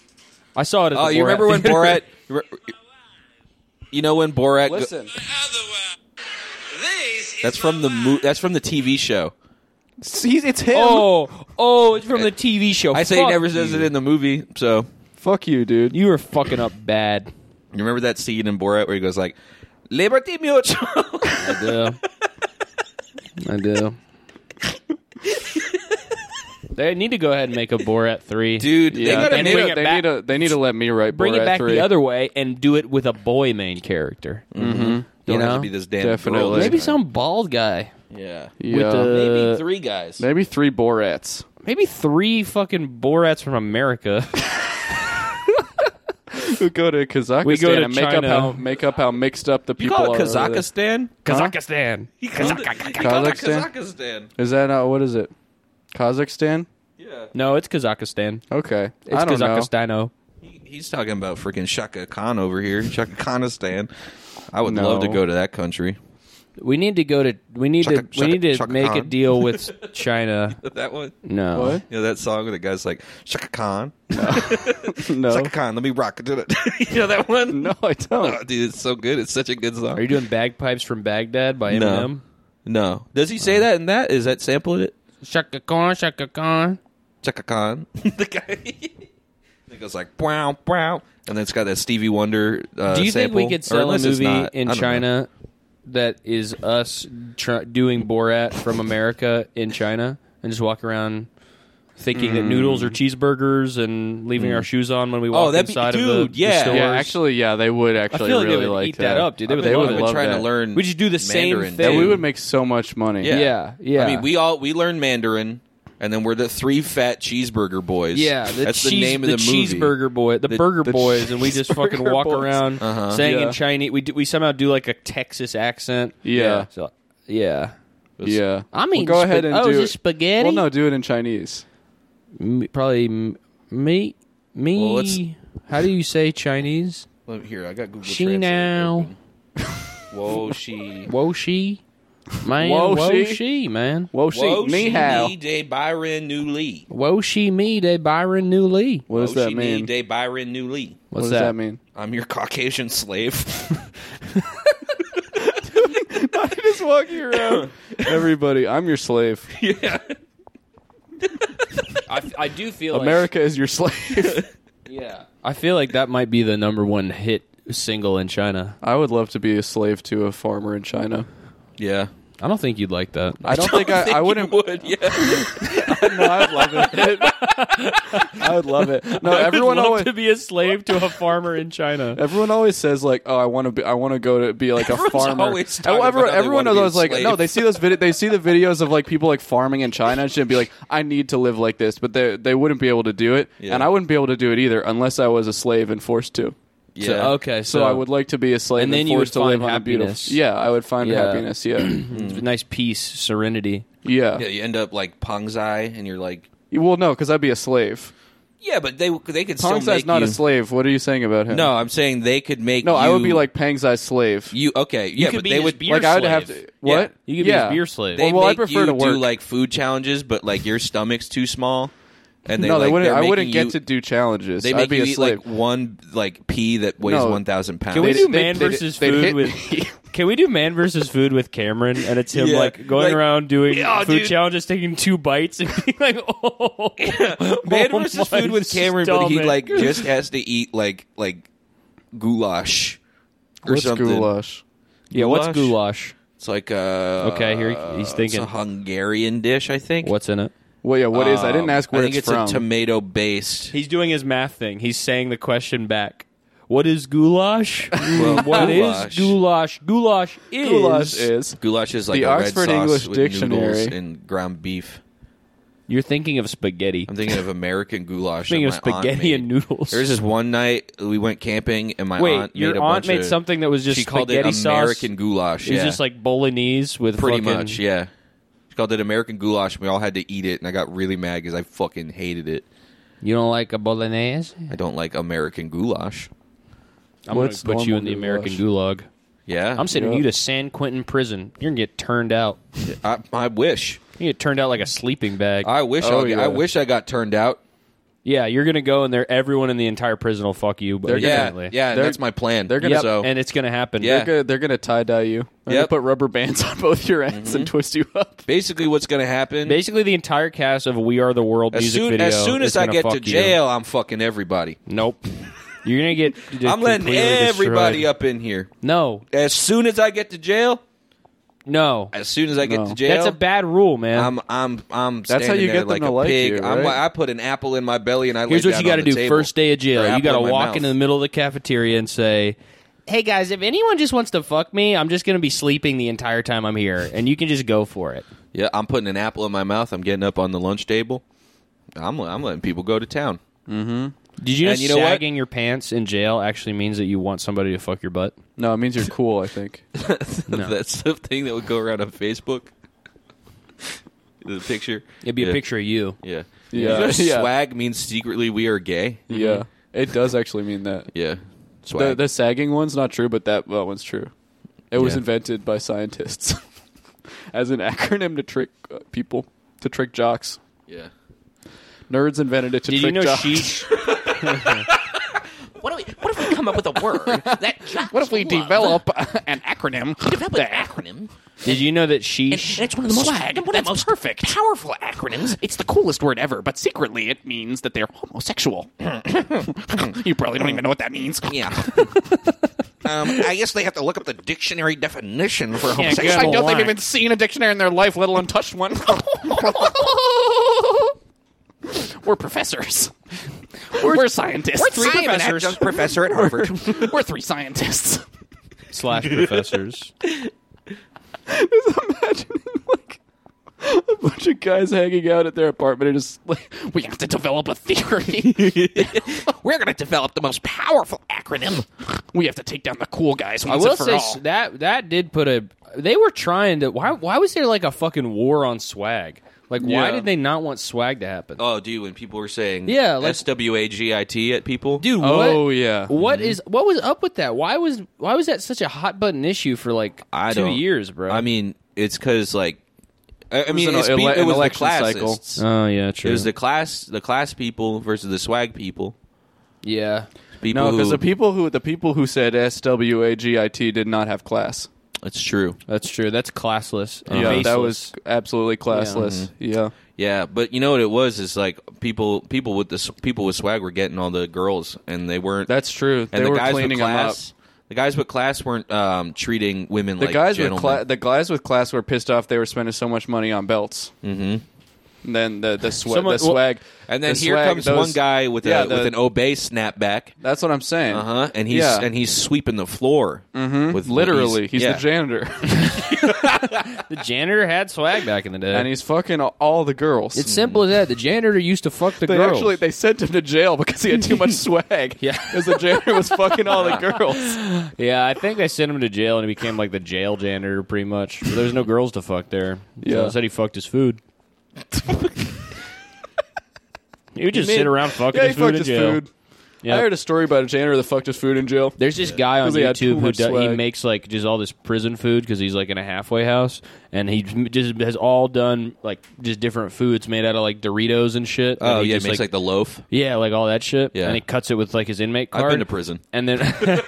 Speaker 9: I saw it at
Speaker 4: Oh,
Speaker 9: the
Speaker 4: you
Speaker 9: Borat
Speaker 4: remember when
Speaker 9: theater.
Speaker 4: Borat. you re- You know when Borat. go-
Speaker 5: Listen,
Speaker 4: that's from the mo- That's from the TV show.
Speaker 5: he's, it's him.
Speaker 9: Oh, oh, it's from the TV show.
Speaker 4: I say he
Speaker 9: Fuck
Speaker 4: never says
Speaker 9: you.
Speaker 4: it in the movie. So
Speaker 5: Fuck you, dude.
Speaker 9: You were fucking up bad.
Speaker 4: you remember that scene in Borat where he goes like, "Liberty Mutual."
Speaker 9: I do. I do. they need to go ahead and make a Borat three,
Speaker 4: Dude,
Speaker 5: Yeah,
Speaker 4: they
Speaker 5: they,
Speaker 4: gotta
Speaker 9: and
Speaker 4: make
Speaker 9: bring
Speaker 5: need, to,
Speaker 9: it
Speaker 5: they,
Speaker 9: back-
Speaker 5: need to, they need to let me write
Speaker 9: Bring
Speaker 5: Borat
Speaker 9: it back
Speaker 5: 3.
Speaker 9: the other way and do it with a boy main character.
Speaker 4: don't
Speaker 9: You
Speaker 4: have
Speaker 9: know?
Speaker 4: to be this damn
Speaker 5: Definitely.
Speaker 4: girl.
Speaker 9: Maybe some bald guy.
Speaker 4: Yeah.
Speaker 5: Yeah.
Speaker 9: With the-
Speaker 4: Maybe
Speaker 9: Uh,
Speaker 4: three guys.
Speaker 5: Maybe three Borats.
Speaker 9: Maybe three fucking Borats from America.
Speaker 5: We go to Kazakhstan
Speaker 9: We go to
Speaker 5: and make up,
Speaker 9: China.
Speaker 5: how, make up how mixed up the
Speaker 4: You
Speaker 5: people
Speaker 4: call it
Speaker 5: are. over there.
Speaker 4: Kazakhstan?
Speaker 9: Kazakhstan.
Speaker 4: You call it- you call it
Speaker 5: Kazakhstan?
Speaker 4: Kazakhstan.
Speaker 5: Is that not, what is it? Kazakhstan?
Speaker 4: Yeah.
Speaker 9: No, it's Kazakhstan.
Speaker 5: Okay.
Speaker 9: It's
Speaker 5: I don't know.
Speaker 9: Kazakhstano.
Speaker 4: He- He's talking about freaking Shaka Khan over here. Shaka Khanistan. I would
Speaker 5: No.
Speaker 4: love to go to that country.
Speaker 9: We need to go to. We need
Speaker 4: Chaka-
Speaker 9: to.
Speaker 4: Chaka-
Speaker 9: we need to
Speaker 4: Chaka
Speaker 9: make a
Speaker 4: Khan.
Speaker 9: deal with China.
Speaker 4: That one?
Speaker 9: No.
Speaker 5: What?
Speaker 4: You know that song where the guy's like, Shaka Khan?
Speaker 5: No.
Speaker 4: Shaka Khan, let me rock it. to the-" you know that one?
Speaker 5: No, I
Speaker 4: Oh,
Speaker 5: don't.
Speaker 4: dude, it's so good. It's such a good
Speaker 9: Are
Speaker 4: song.
Speaker 9: you doing bagpipes from Baghdad by
Speaker 4: No.
Speaker 9: Eminem?
Speaker 4: No. Does he say that in that? Is that sampled it?
Speaker 9: Shaka Khan, Shaka Khan.
Speaker 4: Chaka Khan. the guy. It goes like wow, wow, and then it's got that Stevie Wonder. Uh,
Speaker 9: Do you think we
Speaker 4: sample.
Speaker 9: could
Speaker 4: Or
Speaker 9: sell a
Speaker 4: unless it's
Speaker 9: movie
Speaker 4: not.
Speaker 9: in
Speaker 4: I don't know.
Speaker 9: China that is us tr- doing Borat from America in China and just walk around thinking
Speaker 4: Hmm.
Speaker 9: that noodles are cheeseburgers and leaving our shoes on when we walk
Speaker 4: Oh, that'd be-
Speaker 9: inside of
Speaker 4: dude,
Speaker 9: the, the
Speaker 4: yeah.
Speaker 9: stores?
Speaker 5: Yeah, actually, yeah, they would
Speaker 9: I
Speaker 5: actually
Speaker 9: feel like
Speaker 5: really
Speaker 9: they would
Speaker 5: like
Speaker 9: eat that. up, dude. They would,
Speaker 4: I've been-
Speaker 9: love
Speaker 4: I've
Speaker 9: it.
Speaker 4: been
Speaker 5: love
Speaker 4: trying
Speaker 5: that.
Speaker 4: to learn.
Speaker 9: We just do the same
Speaker 4: Mandarin,
Speaker 9: thing.
Speaker 5: Yeah,
Speaker 4: dude.
Speaker 5: we would make so much money.
Speaker 4: Yeah.
Speaker 9: yeah, yeah.
Speaker 4: I mean, we all we learn Mandarin, and then we're the three fat cheeseburger boys.
Speaker 9: Yeah, the
Speaker 4: that's the
Speaker 9: cheese-
Speaker 4: name of the, movie.
Speaker 9: cheeseburger boy, the,
Speaker 4: The- Uh-huh.
Speaker 9: burger
Speaker 5: the
Speaker 9: boys, and we just fucking
Speaker 5: cheeseburger
Speaker 9: walk
Speaker 5: boys.
Speaker 9: around saying
Speaker 5: Yeah.
Speaker 9: in Chinese. We do, we somehow do like a Texas accent.
Speaker 5: Yeah.
Speaker 9: so yeah.
Speaker 5: Yeah.
Speaker 9: I mean,
Speaker 5: Well, go ahead
Speaker 9: spa-
Speaker 5: and
Speaker 9: oh,
Speaker 5: do
Speaker 9: is
Speaker 5: it.
Speaker 9: this spaghetti?
Speaker 5: Well, no, do it in Chinese.
Speaker 9: M- probably m- me me.
Speaker 4: Well, let's-
Speaker 9: how do you say Chinese?
Speaker 4: Let me- Here, I got Google
Speaker 9: She
Speaker 4: Translate
Speaker 9: now,
Speaker 4: open. Whoa, she.
Speaker 9: whoa she, man,
Speaker 5: Whoa,
Speaker 9: whoa,
Speaker 5: she?
Speaker 9: she? man,
Speaker 5: Whoa, she,
Speaker 4: Whoa,
Speaker 5: ni
Speaker 4: she
Speaker 5: hao.
Speaker 4: ni de Byron New Lee.
Speaker 9: whoa she me de Byron New Lee.
Speaker 5: What does
Speaker 4: Whoa,
Speaker 5: that
Speaker 4: she Ni
Speaker 5: mean?
Speaker 4: de Byron New Lee.
Speaker 5: What
Speaker 9: What's
Speaker 5: does
Speaker 9: that?
Speaker 5: that mean?
Speaker 4: I'm your Caucasian slave.
Speaker 5: Just walking around. Everybody, I'm your slave.
Speaker 4: yeah.
Speaker 9: I, I do feel
Speaker 5: America is your slave.
Speaker 9: Like, yeah, I feel like that might be the number one hit single in China.
Speaker 5: I would love to be a slave to a farmer in China.
Speaker 4: Yeah.
Speaker 9: I don't think you'd like that.
Speaker 5: I don't, think, I, I wouldn't.
Speaker 4: would. Yeah.
Speaker 5: no, I'd love it. I would love it. No, everyone always
Speaker 9: to be a slave to a farmer in China.
Speaker 5: everyone always says like, "Oh, I want to be. I want to go to be like a farmer."
Speaker 4: always
Speaker 5: And
Speaker 4: talking about
Speaker 5: everyone,
Speaker 4: how they
Speaker 5: everyone
Speaker 4: wanna be a
Speaker 5: knows like,
Speaker 4: slave.
Speaker 5: no, they see those video, they see the videos of like people like farming in China and shit, and be like, "I need to live like this," but they they wouldn't be able to do it,
Speaker 4: Yeah.
Speaker 5: and I wouldn't be able to do it either unless I was a slave and forced to.
Speaker 4: Yeah.
Speaker 9: So, okay, so,
Speaker 5: So, I would like to be a slave
Speaker 9: And
Speaker 5: and,
Speaker 9: then you would
Speaker 5: forced to live
Speaker 9: find
Speaker 5: on a
Speaker 9: happiness.
Speaker 5: beautiful. Yeah, I would find
Speaker 9: Yeah.
Speaker 5: happiness. Yeah,
Speaker 9: hmm, nice peace, serenity.
Speaker 5: yeah.
Speaker 4: Yeah, you end up like Pongzai, and you're like,
Speaker 5: Well, no, because I'd be a slave.
Speaker 4: yeah, but they they could still
Speaker 5: Tongzai's
Speaker 4: make
Speaker 5: not
Speaker 4: you.
Speaker 5: a slave. What are you saying about him?
Speaker 4: No, I'm saying they could make.
Speaker 5: no, I would be
Speaker 4: you-
Speaker 5: like Pangzai's slave.
Speaker 4: you. Okay, yeah,
Speaker 9: could
Speaker 4: but
Speaker 9: be
Speaker 4: they
Speaker 9: his
Speaker 4: would
Speaker 9: beer
Speaker 5: like I would have
Speaker 9: slave.
Speaker 5: to what?
Speaker 9: You could be
Speaker 5: yeah.
Speaker 9: his beer slave.
Speaker 4: They
Speaker 5: Well, well, I
Speaker 4: make
Speaker 5: prefer
Speaker 4: you
Speaker 5: to
Speaker 4: do
Speaker 5: work.
Speaker 4: like food challenges, but like your stomach's too small, and they
Speaker 5: no,
Speaker 4: like,
Speaker 5: they wouldn't.
Speaker 4: they're
Speaker 5: I
Speaker 4: making
Speaker 5: wouldn't get
Speaker 4: you-
Speaker 5: to do challenges.
Speaker 4: They
Speaker 5: I'd
Speaker 4: make
Speaker 5: be
Speaker 4: you
Speaker 5: a
Speaker 4: eat like
Speaker 5: slave.
Speaker 4: one like pea that weighs
Speaker 5: No.
Speaker 4: one thousand pounds.
Speaker 9: Can we
Speaker 5: They'd- they'd-
Speaker 9: do man
Speaker 5: they'd-
Speaker 9: versus
Speaker 5: they'd
Speaker 9: food
Speaker 5: hit
Speaker 9: with?
Speaker 5: me.
Speaker 9: Can we do man versus food with Cameron? And it's him
Speaker 4: Yeah,
Speaker 9: like going
Speaker 4: like-
Speaker 9: around doing
Speaker 4: Yeah,
Speaker 9: food
Speaker 4: dude.
Speaker 9: challenges, taking two bites and being like, "Oh,
Speaker 4: Man
Speaker 9: oh
Speaker 4: versus
Speaker 9: my
Speaker 4: food with Cameron, but he
Speaker 9: stomach."
Speaker 4: like just has to eat like like goulash or
Speaker 5: What's
Speaker 4: something.
Speaker 5: goulash?
Speaker 9: yeah. What's
Speaker 4: goulash?
Speaker 9: goulash?
Speaker 4: It's like uh
Speaker 9: Okay, here he- he's thinking.
Speaker 4: It's a Hungarian dish, I think.
Speaker 9: What's in it?
Speaker 5: Well, yeah. What is? Oh, I didn't
Speaker 4: Um,
Speaker 5: ask where
Speaker 4: I think
Speaker 5: it's,
Speaker 4: it's,
Speaker 5: from.
Speaker 4: a tomato based.
Speaker 9: He's doing his math thing. He's saying the question back. What is goulash?
Speaker 4: Well,
Speaker 9: What is
Speaker 4: goulash.
Speaker 9: goulash? Goulash is
Speaker 5: goulash is.
Speaker 4: Goulash is like
Speaker 5: The
Speaker 4: a
Speaker 5: Oxford
Speaker 4: red sauce
Speaker 5: English
Speaker 4: with
Speaker 5: Dictionary.
Speaker 4: noodles and ground beef.
Speaker 9: You're thinking of spaghetti.
Speaker 4: I'm thinking of American goulash.
Speaker 9: thinking of
Speaker 4: that my aunt
Speaker 9: spaghetti
Speaker 4: made.
Speaker 9: and noodles.
Speaker 4: There was this one night we went camping and my
Speaker 9: Wait,
Speaker 4: aunt made
Speaker 9: your
Speaker 4: a
Speaker 9: aunt
Speaker 4: bunch
Speaker 9: made
Speaker 4: of-
Speaker 9: something that was just
Speaker 4: She called it
Speaker 9: spaghetti sauce.
Speaker 4: American goulash.
Speaker 9: It was
Speaker 4: yeah.
Speaker 9: just like bolognese with
Speaker 4: pretty
Speaker 9: fucking-
Speaker 4: much, yeah. She called it American goulash. and We all had to eat it, and I got really mad because I fucking hated it.
Speaker 9: You don't like a bolognese?
Speaker 4: I don't like American goulash.
Speaker 9: I'm going
Speaker 5: What's
Speaker 9: to put you
Speaker 5: normal
Speaker 9: in the
Speaker 5: goulash?
Speaker 9: American gulag.
Speaker 4: Yeah,
Speaker 9: I'm sending
Speaker 5: Yeah.
Speaker 9: you to San Quentin prison. You're going to get turned out.
Speaker 4: I, I wish.
Speaker 9: You get turned out like a sleeping bag.
Speaker 4: I wish.
Speaker 5: Oh,
Speaker 4: I,
Speaker 5: yeah.
Speaker 4: I wish I got turned out.
Speaker 9: yeah, you're going to go in there. Everyone in the entire prison will fuck you. But
Speaker 4: Yeah, yeah.
Speaker 5: They're-
Speaker 4: that's my plan. They're
Speaker 5: gonna-
Speaker 4: gonna so
Speaker 9: and it's going to happen.
Speaker 4: Yeah.
Speaker 5: They're gonna, they're gonna tie dye you. They're
Speaker 4: Yep.
Speaker 5: gonna put rubber bands on both your ends and twist you up.
Speaker 4: basically what's going to happen.
Speaker 9: Basically, the entire cast of We Are the World
Speaker 4: As
Speaker 9: music
Speaker 4: soon,
Speaker 9: video.
Speaker 4: as soon as
Speaker 9: is
Speaker 4: I
Speaker 9: gonna
Speaker 4: get
Speaker 9: fuck
Speaker 4: to
Speaker 9: you.
Speaker 4: jail, I'm fucking everybody.
Speaker 9: Nope. You're going to get.
Speaker 4: I'm letting everybody up in here.
Speaker 9: No.
Speaker 4: As soon as I get to jail,
Speaker 9: No.
Speaker 4: as soon as I get
Speaker 5: No.
Speaker 4: to jail,
Speaker 9: That's a bad rule, man.
Speaker 4: I'm I'm I'm.
Speaker 5: That's how
Speaker 4: standing
Speaker 5: you
Speaker 4: there
Speaker 5: get them
Speaker 4: like
Speaker 5: to
Speaker 4: a
Speaker 5: like
Speaker 4: pig.
Speaker 5: you,
Speaker 4: I'm
Speaker 5: right?
Speaker 4: like, I put an apple in my belly and I.
Speaker 9: Here's
Speaker 4: lay
Speaker 9: what
Speaker 4: down
Speaker 9: you got to
Speaker 4: on the
Speaker 9: do
Speaker 4: table.
Speaker 9: first day of jail.
Speaker 4: Or
Speaker 9: You
Speaker 4: apple
Speaker 9: got to
Speaker 4: my
Speaker 9: walk
Speaker 4: mouth.
Speaker 9: into the middle of the cafeteria and say, "Hey guys, if anyone just wants to fuck me, I'm just going to be sleeping the entire time I'm here, and you can just go for it."
Speaker 4: Yeah, I'm putting an apple in my mouth. I'm getting up on the lunch table. I'm I'm letting people go to town.
Speaker 9: Did you know,
Speaker 4: And you know what?
Speaker 9: sagging your pants in jail actually means that you want somebody to fuck your butt?
Speaker 5: No, it means you're cool. I think.
Speaker 4: That's the thing that would go around on Facebook. the picture.
Speaker 9: It'd be a
Speaker 4: Yeah.
Speaker 9: picture of you.
Speaker 4: Yeah.
Speaker 5: Yeah.
Speaker 4: You know,
Speaker 5: Yeah.
Speaker 4: Swag means secretly we are gay.
Speaker 5: Yeah, it does actually mean that.
Speaker 4: Yeah.
Speaker 5: The,
Speaker 4: Swag.
Speaker 5: the sagging one's not true, but that well, one's true. It was
Speaker 4: Yeah.
Speaker 5: invented by scientists as an acronym to trick uh, people, to trick jocks.
Speaker 4: yeah.
Speaker 5: Nerds invented it to
Speaker 9: Did
Speaker 5: trick
Speaker 9: you know
Speaker 5: jocks.
Speaker 9: sheesh?
Speaker 7: What, do we, what if we come up with a word that jocks
Speaker 5: what if we
Speaker 7: love?
Speaker 5: develop an acronym?
Speaker 7: Develop an acronym.
Speaker 9: Did you know that
Speaker 7: And
Speaker 9: sheesh?
Speaker 7: it's one of the most,
Speaker 13: Swag.
Speaker 7: one of the
Speaker 13: That's
Speaker 7: most
Speaker 13: perfect.
Speaker 7: powerful acronyms.
Speaker 13: It's the coolest word ever, but secretly it means that they're homosexual. you probably don't even know what that means.
Speaker 4: Yeah. um, I guess they have to look up the dictionary definition for
Speaker 13: I
Speaker 4: homosexual.
Speaker 13: don't think they've even seen a dictionary in their life, let alone touched one. We're professors. We're, scientists. We're
Speaker 7: three
Speaker 4: I am an
Speaker 7: professors.
Speaker 4: adjunct professor at Harvard.
Speaker 13: We're three scientists.
Speaker 9: slash professors.
Speaker 5: Imagining like a bunch of guys hanging out at their apartment and just like
Speaker 13: We have to develop a theory. We're going to develop the most powerful acronym. We have to take down the cool guys
Speaker 9: I
Speaker 13: once
Speaker 9: will
Speaker 13: and for
Speaker 9: say
Speaker 13: all.
Speaker 9: s- that that did put a. They were trying to. Why? Why was there like a fucking war on swag? Like, why
Speaker 5: Yeah.
Speaker 9: did they not want swag to happen?
Speaker 4: oh, dude, when people were saying
Speaker 9: Yeah, like-
Speaker 4: S-W-A-G-I-T at people.
Speaker 9: Dude,
Speaker 5: Oh,
Speaker 9: what-
Speaker 5: yeah. Mm-hmm.
Speaker 9: what is what was up with that? Why was why was that such a hot button issue for like
Speaker 4: I
Speaker 9: 2
Speaker 4: don't-
Speaker 9: years, bro?
Speaker 4: I mean, it's because, like, I, I mean,
Speaker 5: an
Speaker 4: it's
Speaker 5: ele-
Speaker 4: be-
Speaker 5: an
Speaker 4: it was the
Speaker 5: election cycle.
Speaker 4: classists.
Speaker 9: oh yeah, true.
Speaker 4: It was the class, the class people versus the swag people.
Speaker 9: yeah.
Speaker 4: People
Speaker 5: no, because
Speaker 4: who,
Speaker 5: the people who the people who said S W A G I T did not have class.
Speaker 4: That's true.
Speaker 9: That's true. That's classless. uh,
Speaker 4: Uh-huh.
Speaker 9: and
Speaker 5: Yeah, that was
Speaker 9: baseless.
Speaker 5: absolutely classless.
Speaker 4: Mm-hmm.
Speaker 5: Yeah.
Speaker 4: Yeah, but you know what it was is like people people with this people with swag were getting all the girls and they weren't.
Speaker 5: That's true.
Speaker 4: And
Speaker 5: They
Speaker 4: the
Speaker 5: were
Speaker 4: guys
Speaker 5: cleaning
Speaker 4: with
Speaker 5: 'em up.
Speaker 4: class, The guys with class weren't um, treating women
Speaker 5: The
Speaker 4: like
Speaker 5: guys with
Speaker 4: gentlemen.
Speaker 5: cla- the guys with class were pissed off. They were spending so much money on belts. Mm-hmm. Then the the, swa-
Speaker 4: Someone-
Speaker 5: the swag,
Speaker 4: and then
Speaker 5: the
Speaker 4: here
Speaker 5: swag,
Speaker 4: comes
Speaker 5: those-
Speaker 4: one guy with
Speaker 5: Yeah,
Speaker 4: a,
Speaker 5: the-
Speaker 4: with an obey snapback.
Speaker 5: That's what I'm saying.
Speaker 4: Uh huh. And he's
Speaker 5: Yeah.
Speaker 4: and he's sweeping the floor
Speaker 5: Mhm.
Speaker 4: with
Speaker 5: literally he's,
Speaker 4: yeah.
Speaker 5: the janitor,
Speaker 9: the janitor had swag back in the day.
Speaker 5: and he's fucking all the girls. Mm.
Speaker 9: it's simple as that. The janitor used to fuck the
Speaker 5: they
Speaker 9: girls.
Speaker 5: actually they sent him to jail because he had too much swag.
Speaker 9: Yeah.
Speaker 5: because the janitor was fucking all the girls.
Speaker 9: yeah, I think they sent him to jail, and he became like the jail janitor, pretty much. But there was no girls to fuck there.
Speaker 5: Yeah.
Speaker 9: so said he fucked his food. he would just sit around fucking
Speaker 5: yeah,
Speaker 9: his
Speaker 5: he
Speaker 9: food
Speaker 5: fucked
Speaker 9: in
Speaker 5: his
Speaker 9: jail.
Speaker 5: food.
Speaker 9: Yep.
Speaker 5: I heard a story about a janitor that fucked his food in jail.
Speaker 9: There's this guy on
Speaker 5: 'Cause he had too
Speaker 9: YouTube who
Speaker 5: much
Speaker 9: do, he
Speaker 5: swag.
Speaker 9: makes like just all this prison food because he's like in a halfway house, and he just has all done like just different foods made out of like Doritos and shit.
Speaker 4: Oh
Speaker 9: and he
Speaker 4: yeah,
Speaker 9: just,
Speaker 4: makes like, the loaf.
Speaker 9: Yeah, like all that shit.
Speaker 4: Yeah.
Speaker 9: And he cuts it with like his inmate
Speaker 4: I've
Speaker 9: card.
Speaker 4: been to prison.
Speaker 9: And then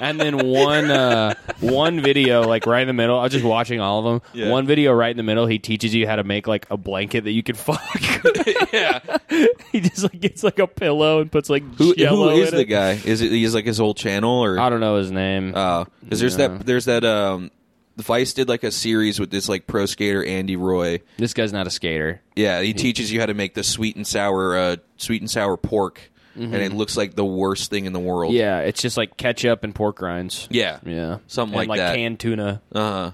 Speaker 9: and then one uh, one video like right in the middle. I was just watching all of them.
Speaker 4: Yeah.
Speaker 9: One video right in the middle, he teaches you how to make like a blanket that you can fuck. yeah. he just like gets like a pillow and puts like
Speaker 4: Who, who
Speaker 9: jello
Speaker 4: is
Speaker 9: in
Speaker 4: the
Speaker 9: it.
Speaker 4: guy? Is it he's like his whole channel or
Speaker 9: I don't know his name.
Speaker 4: because there's that there's that um the Vice did like a series with this like pro skater Andy Roy.
Speaker 9: this guy's not a skater.
Speaker 4: Yeah, he teaches you how to make the sweet and sour uh, sweet and sour pork, and it looks like the worst thing in the world.
Speaker 9: Yeah, it's just like ketchup and pork rinds.
Speaker 4: yeah,
Speaker 9: Yeah.
Speaker 4: Something
Speaker 9: And,
Speaker 4: like that.
Speaker 9: canned tuna.
Speaker 4: Uh-huh.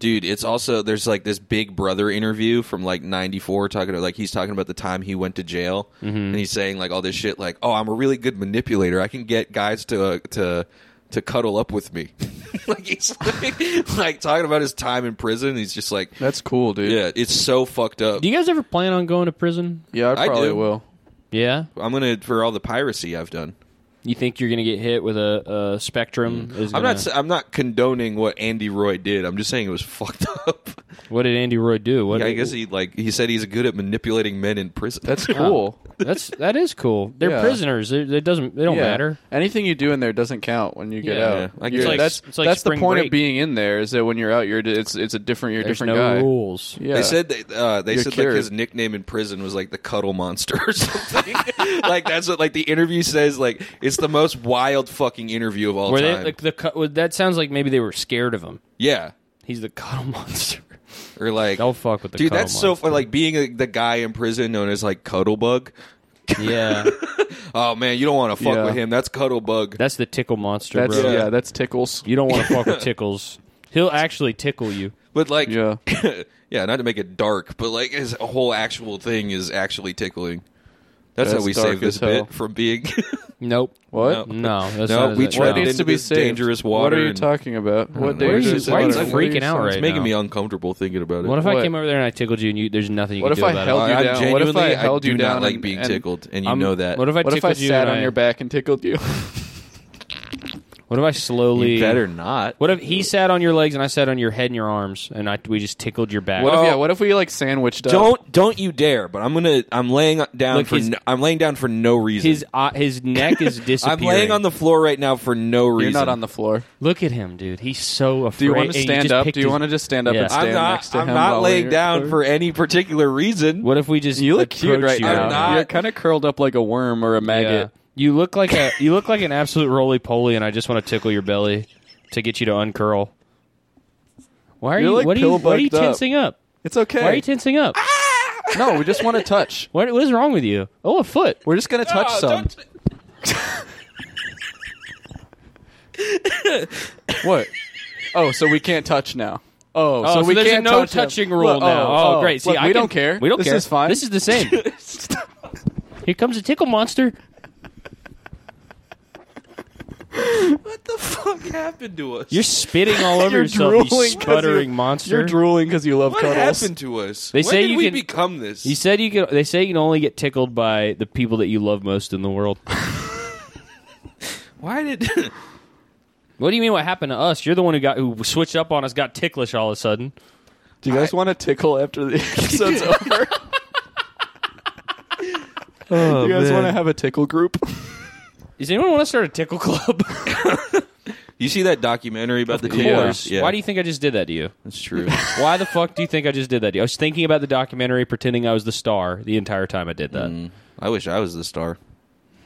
Speaker 4: Dude, it's also there's like this Big Brother interview from like '94 talking to like he's talking about the time he went to jail, and he's saying like all this shit like, "Oh, I'm a really good manipulator. I can get guys to uh, to to cuddle up with me." like he's like, like talking about his time in prison. He's just like,
Speaker 5: That's cool, dude.
Speaker 4: "Yeah, it's so fucked up."
Speaker 9: Do you guys ever plan on going to prison?
Speaker 5: Yeah, I
Speaker 4: I
Speaker 5: probably
Speaker 4: do.
Speaker 5: will.
Speaker 9: Yeah.
Speaker 4: I'm gonna for all the piracy I've done.
Speaker 9: You think you're gonna get hit with a, a spectrum? Is
Speaker 4: Mm. I'm
Speaker 9: gonna-
Speaker 4: not. s- I'm not condoning what Andy Roy did. I'm just saying it was fucked up.
Speaker 9: What did Andy Roy do? What
Speaker 4: I guess he like he said he's good at manipulating men in prison.
Speaker 5: That's cool.
Speaker 9: That's that is cool. They're
Speaker 5: Yeah.
Speaker 9: prisoners. It, it doesn't. They don't
Speaker 5: Yeah.
Speaker 9: matter.
Speaker 5: Anything you do in there doesn't count when you get
Speaker 9: Yeah.
Speaker 5: out.
Speaker 9: Yeah,
Speaker 4: I guess.
Speaker 5: You're-
Speaker 4: It's like-
Speaker 5: that's
Speaker 9: it's like
Speaker 5: that's the
Speaker 9: spring
Speaker 5: point
Speaker 9: break.
Speaker 5: of being in there is that when you're out, you're it's it's a different you're a
Speaker 9: There's
Speaker 5: different
Speaker 9: no
Speaker 5: guy.
Speaker 9: rules.
Speaker 5: Yeah.
Speaker 4: They said they uh, they
Speaker 5: You're
Speaker 4: said
Speaker 5: cured.
Speaker 4: like his nickname in prison was like the cuddle monster or something. like that's what like the interview says. Like it's the most wild fucking interview of all
Speaker 9: Were they
Speaker 4: time.
Speaker 9: like the? cu- well, That sounds like maybe they were scared of him.
Speaker 4: yeah,
Speaker 9: He's the cuddle monster.
Speaker 4: or like
Speaker 9: Don't fuck with the
Speaker 4: dude.
Speaker 9: cuddle
Speaker 4: That's so
Speaker 9: monster.
Speaker 4: fun. Like being a, the guy in prison known as like Cuddlebug.
Speaker 9: Yeah,
Speaker 4: Oh man, you don't want to fuck
Speaker 5: Yeah.
Speaker 4: with him. That's Cuddlebug.
Speaker 9: that's the tickle monster,
Speaker 5: that's
Speaker 9: bro.
Speaker 5: yeah. that's tickles.
Speaker 9: You don't want to fuck with tickles. He'll actually tickle you.
Speaker 4: But like,
Speaker 5: Yeah.
Speaker 4: yeah, not to make it dark, but like his whole actual thing is actually tickling. That's,
Speaker 5: That's
Speaker 4: how we
Speaker 5: dark
Speaker 4: save this
Speaker 5: as hell.
Speaker 4: bit from being.
Speaker 9: Nope.
Speaker 5: What?
Speaker 9: No, that's
Speaker 4: No,
Speaker 9: not
Speaker 4: we
Speaker 9: it.
Speaker 4: tried
Speaker 5: It
Speaker 4: it
Speaker 9: No.
Speaker 5: needs
Speaker 4: into
Speaker 5: to be
Speaker 4: this
Speaker 5: saved.
Speaker 4: dangerous
Speaker 5: What
Speaker 4: water
Speaker 5: are you
Speaker 4: and-
Speaker 5: talking about? What
Speaker 4: know. Why are you-
Speaker 5: dangerous
Speaker 9: why are you
Speaker 5: water? What
Speaker 9: freaking out
Speaker 5: saying?
Speaker 9: right
Speaker 4: it's making
Speaker 9: now.
Speaker 4: me uncomfortable thinking about it.
Speaker 9: What if I
Speaker 5: What?
Speaker 9: came over there and I tickled you and you, there's nothing you
Speaker 5: What if
Speaker 9: could do
Speaker 5: I
Speaker 9: about
Speaker 5: held
Speaker 9: it?
Speaker 5: you
Speaker 4: I'm
Speaker 5: down? What if
Speaker 4: Uh, genuinely,
Speaker 5: I held
Speaker 4: do
Speaker 5: you
Speaker 4: not
Speaker 5: down
Speaker 4: like
Speaker 5: and-
Speaker 4: being
Speaker 5: and-
Speaker 4: tickled, and you
Speaker 9: I'm-
Speaker 4: know that.
Speaker 9: What if I
Speaker 5: What if I
Speaker 9: tickled you
Speaker 5: sat
Speaker 9: and
Speaker 5: on
Speaker 9: I-
Speaker 5: your back and tickled you?
Speaker 9: What if I slowly?
Speaker 4: not.
Speaker 9: What if he sat on your legs and I sat on your head and your arms and I we just tickled your back? Oh,
Speaker 5: What if yeah? What if uh, we like sandwiched up?
Speaker 4: Don't don't you dare! But I'm gonna I'm laying down
Speaker 9: Look,
Speaker 4: for
Speaker 9: his-
Speaker 4: no, I'm laying down for no reason.
Speaker 9: his uh, his neck is
Speaker 4: I'm
Speaker 9: disappearing?
Speaker 4: laying on the floor right now for no
Speaker 5: You're
Speaker 4: reason.
Speaker 5: not on the floor.
Speaker 9: Look at him, dude. He's so afraid.
Speaker 5: Do you want to
Speaker 9: and
Speaker 5: stand
Speaker 9: just
Speaker 5: up?
Speaker 9: picked
Speaker 5: Do you
Speaker 9: his-
Speaker 5: want to just stand up
Speaker 9: Yeah.
Speaker 5: and
Speaker 9: I'm
Speaker 5: stand
Speaker 4: I'm
Speaker 5: next
Speaker 4: not.
Speaker 5: to
Speaker 4: I'm
Speaker 5: him?
Speaker 4: not
Speaker 5: while
Speaker 4: laying
Speaker 5: we're-
Speaker 4: down for any particular reason.
Speaker 9: What if we just
Speaker 5: You look cute
Speaker 9: approach
Speaker 5: right
Speaker 9: you
Speaker 5: now.
Speaker 4: I'm not.
Speaker 5: You're kind of curled up like a worm or a
Speaker 9: Yeah.
Speaker 5: maggot.
Speaker 9: You look like a you look like an absolute roly poly, and I just want to tickle your belly to get you to uncurl. Why are
Speaker 5: You're
Speaker 9: you?
Speaker 5: like
Speaker 9: what, are you what are you
Speaker 5: pill-bugged up.
Speaker 9: tensing up?
Speaker 5: It's okay.
Speaker 9: Why are you tensing up?
Speaker 5: no, we just want to touch.
Speaker 9: What, what is wrong with you? Oh, a foot.
Speaker 5: We're just gonna touch some. what? Oh, so we can't touch now. Oh,
Speaker 9: Oh,
Speaker 5: so, we
Speaker 9: there's
Speaker 5: can't
Speaker 9: no
Speaker 5: touch him.
Speaker 9: touching rule
Speaker 5: Look,
Speaker 9: now. Oh, great. See,
Speaker 5: look,
Speaker 9: I
Speaker 5: we
Speaker 9: can-
Speaker 5: don't care.
Speaker 9: We don't
Speaker 5: this
Speaker 9: care.
Speaker 5: Is fine.
Speaker 9: This is the same. Here comes a tickle monster.
Speaker 4: What the fuck happened to us?
Speaker 9: You're spitting all over
Speaker 5: You're
Speaker 9: yourself, you
Speaker 5: drooling 'cause
Speaker 9: sputtering
Speaker 5: you're-
Speaker 9: monster.
Speaker 5: You're drooling because you love
Speaker 4: what
Speaker 5: cuddles.
Speaker 4: happened to us?
Speaker 9: They
Speaker 4: when
Speaker 9: say
Speaker 4: did
Speaker 9: you
Speaker 4: we
Speaker 9: can-
Speaker 4: become this.
Speaker 9: You said you can. They say you can only get tickled by the people that you love most in the world.
Speaker 4: Why did?
Speaker 9: What do you mean? What happened to us? You're the one who got who switched up on us, got ticklish all of a sudden.
Speaker 5: Do you guys want to tickle after the episode's over? Oh,
Speaker 6: Oh,
Speaker 5: you guys want to have a tickle group?
Speaker 9: Does anyone want to start a tickle club?
Speaker 4: You see that documentary about the
Speaker 9: Of course.
Speaker 4: Coors? Yeah.
Speaker 9: Why do you think I just did that to you?
Speaker 4: That's true.
Speaker 9: Why the fuck do you think I just did that? to you? I was thinking about the documentary, pretending I was the star the entire time I did that.
Speaker 5: Mm.
Speaker 4: I wish I was the star.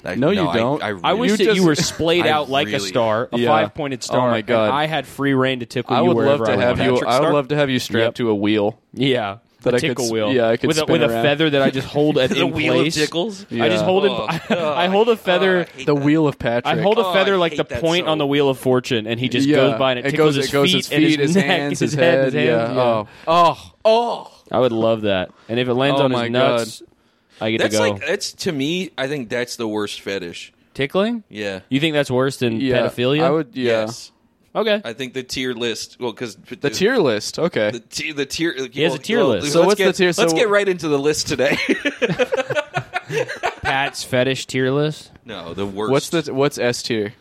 Speaker 4: I,
Speaker 5: No, you don't.
Speaker 4: I, I,
Speaker 9: I
Speaker 4: really-
Speaker 9: wish that you
Speaker 5: just-
Speaker 9: were splayed
Speaker 4: I
Speaker 9: out like a
Speaker 4: really-
Speaker 9: star, a
Speaker 5: Yeah.
Speaker 9: five-pointed star.
Speaker 5: Oh my
Speaker 9: and
Speaker 5: God.
Speaker 9: I had free reign to tickle
Speaker 5: I
Speaker 9: you
Speaker 5: would
Speaker 9: wherever
Speaker 5: love to
Speaker 9: I
Speaker 5: have
Speaker 9: wanted.
Speaker 5: you. I would love to have you strapped
Speaker 9: Yep.
Speaker 5: to a wheel.
Speaker 9: Yeah.
Speaker 5: That
Speaker 9: the
Speaker 5: I could
Speaker 9: tickle
Speaker 5: s-
Speaker 9: wheel.
Speaker 5: yeah, I could
Speaker 9: with a,
Speaker 5: spin
Speaker 9: with a
Speaker 5: around.
Speaker 9: feather that I just hold at
Speaker 4: The
Speaker 9: in
Speaker 4: wheel of
Speaker 9: place.
Speaker 4: tickles?
Speaker 9: I
Speaker 5: Yeah.
Speaker 9: just
Speaker 5: Oh,
Speaker 9: hold it.
Speaker 4: Oh,
Speaker 9: I, I hold a feather.
Speaker 4: hate
Speaker 5: The wheel of Patrick.
Speaker 9: I hold a
Speaker 4: Oh,
Speaker 9: feather
Speaker 4: I
Speaker 9: like
Speaker 4: hate
Speaker 9: the
Speaker 4: that
Speaker 9: point
Speaker 4: so-
Speaker 9: on the wheel of fortune, and he just
Speaker 5: Yeah.
Speaker 9: goes by and it,
Speaker 5: It
Speaker 9: tickles
Speaker 5: goes,
Speaker 9: his,
Speaker 5: it goes
Speaker 9: feet,
Speaker 5: his
Speaker 9: and
Speaker 5: feet, his
Speaker 9: neck,
Speaker 5: hands,
Speaker 9: his, head, his hands.
Speaker 5: Yeah. Oh,
Speaker 9: oh, oh! I would love that. And if it lands
Speaker 5: Oh
Speaker 9: on
Speaker 5: my
Speaker 9: his nuts, I get
Speaker 4: That's
Speaker 9: to go
Speaker 4: like that's to me. I think that's the worst fetish.
Speaker 9: tickling.
Speaker 4: Yeah.
Speaker 9: You think that's worse than
Speaker 5: yeah.
Speaker 9: pedophilia?
Speaker 5: I would. Yeah.
Speaker 4: Yes.
Speaker 9: Okay.
Speaker 4: I think the tier list. Well, because
Speaker 5: The tier list. Okay.
Speaker 4: The tier, the tier. He
Speaker 9: has a tier list.
Speaker 5: So what's the
Speaker 4: get,
Speaker 5: tier-
Speaker 4: Let's
Speaker 5: so-
Speaker 4: get right into the list today.
Speaker 9: Pat's fetish tier list.
Speaker 4: no, the worst.
Speaker 5: What's the what's S tier?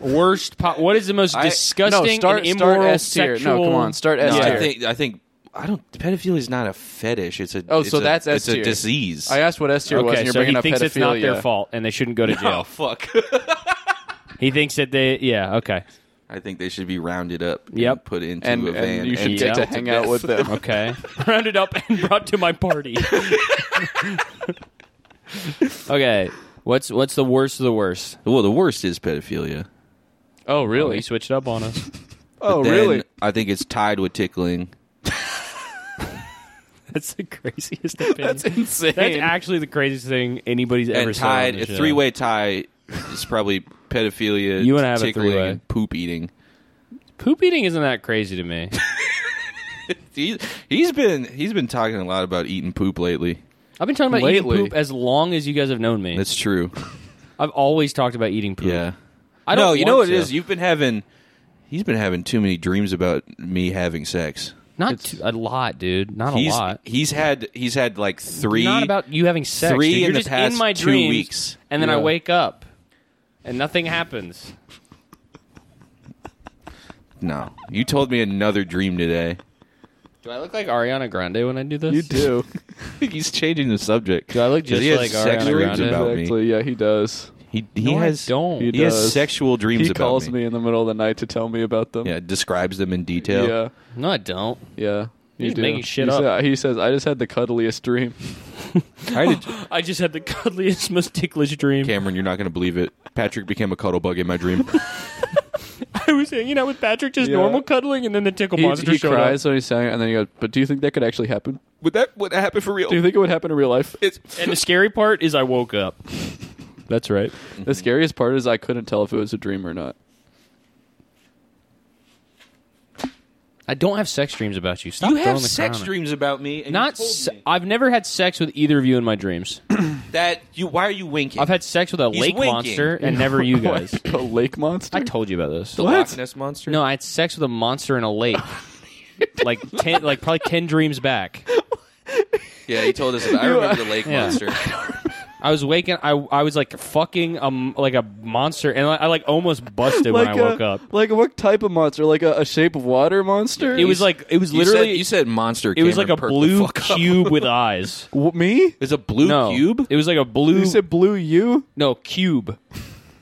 Speaker 9: Worst. Po- what is the most
Speaker 4: I-
Speaker 9: disgusting
Speaker 5: no, start
Speaker 9: and
Speaker 5: start
Speaker 9: immoral
Speaker 5: S tier. No,
Speaker 9: sexual-
Speaker 5: come on, start S
Speaker 4: No,
Speaker 5: tier.
Speaker 4: I think I think I don't. Pedophilia is not a fetish. It's a.
Speaker 5: Oh,
Speaker 4: it's
Speaker 5: so
Speaker 4: a-
Speaker 5: that's S
Speaker 4: It's a
Speaker 5: tier.
Speaker 4: disease.
Speaker 5: I asked what S tier was,
Speaker 9: Okay,
Speaker 5: and you're
Speaker 9: so
Speaker 5: bringing
Speaker 9: he
Speaker 5: up
Speaker 9: thinks
Speaker 5: pedophilia.
Speaker 9: it's not their fault and they shouldn't go to jail.
Speaker 4: oh fuck.
Speaker 9: He thinks that they, yeah, okay,
Speaker 4: I think they should be rounded up.
Speaker 9: Yep.
Speaker 4: And put into
Speaker 5: And,
Speaker 4: a van.
Speaker 5: and you should
Speaker 9: and
Speaker 5: get to
Speaker 9: dealt
Speaker 5: hang out with them.
Speaker 9: okay, rounded up and brought to my party. okay, what's what's the worst of the worst?
Speaker 4: well, the worst is pedophilia.
Speaker 9: Oh, really? he switched up on us.
Speaker 5: Oh,
Speaker 4: Then
Speaker 5: really?
Speaker 4: I think it's tied with tickling.
Speaker 9: That's the craziest opinion. That's,
Speaker 5: Insane.
Speaker 9: actually the craziest thing anybody's ever
Speaker 4: and
Speaker 9: said. on
Speaker 4: tied
Speaker 9: the
Speaker 4: a
Speaker 9: show.
Speaker 4: three way tie is probably pedophilia.
Speaker 9: You wanna have a
Speaker 4: tickling,
Speaker 9: three-way.
Speaker 4: and poop eating.
Speaker 9: poop eating isn't that crazy to me.
Speaker 4: He, he's been he's been talking a lot about eating poop lately.
Speaker 9: I've been talking about
Speaker 5: Lately.
Speaker 9: eating poop as long as you guys have known me.
Speaker 4: That's true.
Speaker 9: I've always talked about eating poop.
Speaker 4: Yeah.
Speaker 9: I don't
Speaker 4: No, you know
Speaker 9: want
Speaker 4: what it
Speaker 9: to.
Speaker 4: is. You've been having. He's been having too many dreams about me having sex.
Speaker 9: Not too, a lot, dude. Not
Speaker 4: he's
Speaker 9: a lot.
Speaker 4: he's had he's had like three.
Speaker 9: not about you having sex.
Speaker 4: three
Speaker 9: dude. You're
Speaker 4: in the
Speaker 9: just
Speaker 4: past
Speaker 9: in my
Speaker 4: two
Speaker 9: dreams,
Speaker 4: weeks.
Speaker 9: and then I
Speaker 5: Yeah.
Speaker 9: wake up, and nothing happens.
Speaker 4: no. You told me another dream today.
Speaker 9: Do I look like Ariana Grande when I do this?
Speaker 5: You do.
Speaker 4: he's changing the subject.
Speaker 9: Do I look just
Speaker 4: he has
Speaker 9: like
Speaker 4: sex
Speaker 9: Ariana
Speaker 4: dreams
Speaker 9: Grande?
Speaker 4: about me.
Speaker 5: exactly. Yeah, he does.
Speaker 4: He he
Speaker 9: No, I
Speaker 4: has
Speaker 9: don't.
Speaker 4: He,
Speaker 5: He
Speaker 4: has
Speaker 5: does.
Speaker 4: sexual dreams
Speaker 5: He
Speaker 4: about
Speaker 5: calls me. in the middle of the night to tell me about them.
Speaker 4: Yeah, describes them in detail.
Speaker 5: Yeah.
Speaker 9: No, I don't.
Speaker 5: Yeah. You
Speaker 9: He's
Speaker 5: do.
Speaker 9: making shit
Speaker 5: he
Speaker 9: up.
Speaker 5: sa- he says, "I just had the cuddliest dream."
Speaker 4: I did-
Speaker 9: I just had the cuddliest, most ticklish dream.
Speaker 4: Cameron, you're not going to believe it. Patrick became a cuddle bug in my dream.
Speaker 9: I was hanging out with Patrick, just
Speaker 5: Yeah.
Speaker 9: normal cuddling, and then the tickle
Speaker 5: He,
Speaker 9: monster
Speaker 5: he
Speaker 9: showed
Speaker 5: cries when he's saying, it, and then he goes, "But do you think that could actually happen?
Speaker 4: would that would that happen for real?
Speaker 5: Do you think it would happen in real life?"
Speaker 4: It's
Speaker 9: up. And the scary part is I woke up. That's right.
Speaker 5: The scariest part is I couldn't tell if it was a dream or not.
Speaker 9: I don't have sex dreams about you. Stop
Speaker 4: you
Speaker 9: throwing
Speaker 4: have
Speaker 9: the
Speaker 4: sex
Speaker 9: crown at-
Speaker 4: dreams about me, and
Speaker 9: Not.
Speaker 4: you told
Speaker 9: Se-
Speaker 4: me
Speaker 9: I've never had sex with either of you in my dreams.
Speaker 4: that you. Why are you winking?
Speaker 9: I've had sex with a
Speaker 4: He's
Speaker 9: lake
Speaker 4: winking.
Speaker 9: monster and never you guys.
Speaker 5: a lake monster.
Speaker 9: I told you about this.
Speaker 4: the Loch Ness monster.
Speaker 9: No, I had sex with a monster in a lake. like ten, like probably ten dreams back.
Speaker 4: yeah, he told us. About, I remember the lake
Speaker 9: Yeah.
Speaker 4: monster.
Speaker 9: I was waking. I I was like fucking um like a monster, and I, I like almost busted when I
Speaker 5: a-
Speaker 9: woke up.
Speaker 5: Like what type of monster? Like a, a shape of water monster?
Speaker 9: It was like it was
Speaker 4: You said,
Speaker 9: literally.
Speaker 4: you said monster.
Speaker 9: it was like
Speaker 4: Cameron,
Speaker 9: a
Speaker 4: perk
Speaker 9: blue
Speaker 4: The fuck up.
Speaker 9: cube with eyes.
Speaker 5: Wh- me.
Speaker 4: It's a blue
Speaker 9: no,
Speaker 4: cube.
Speaker 9: It was like a blue.
Speaker 5: You said blue. You
Speaker 9: no cube.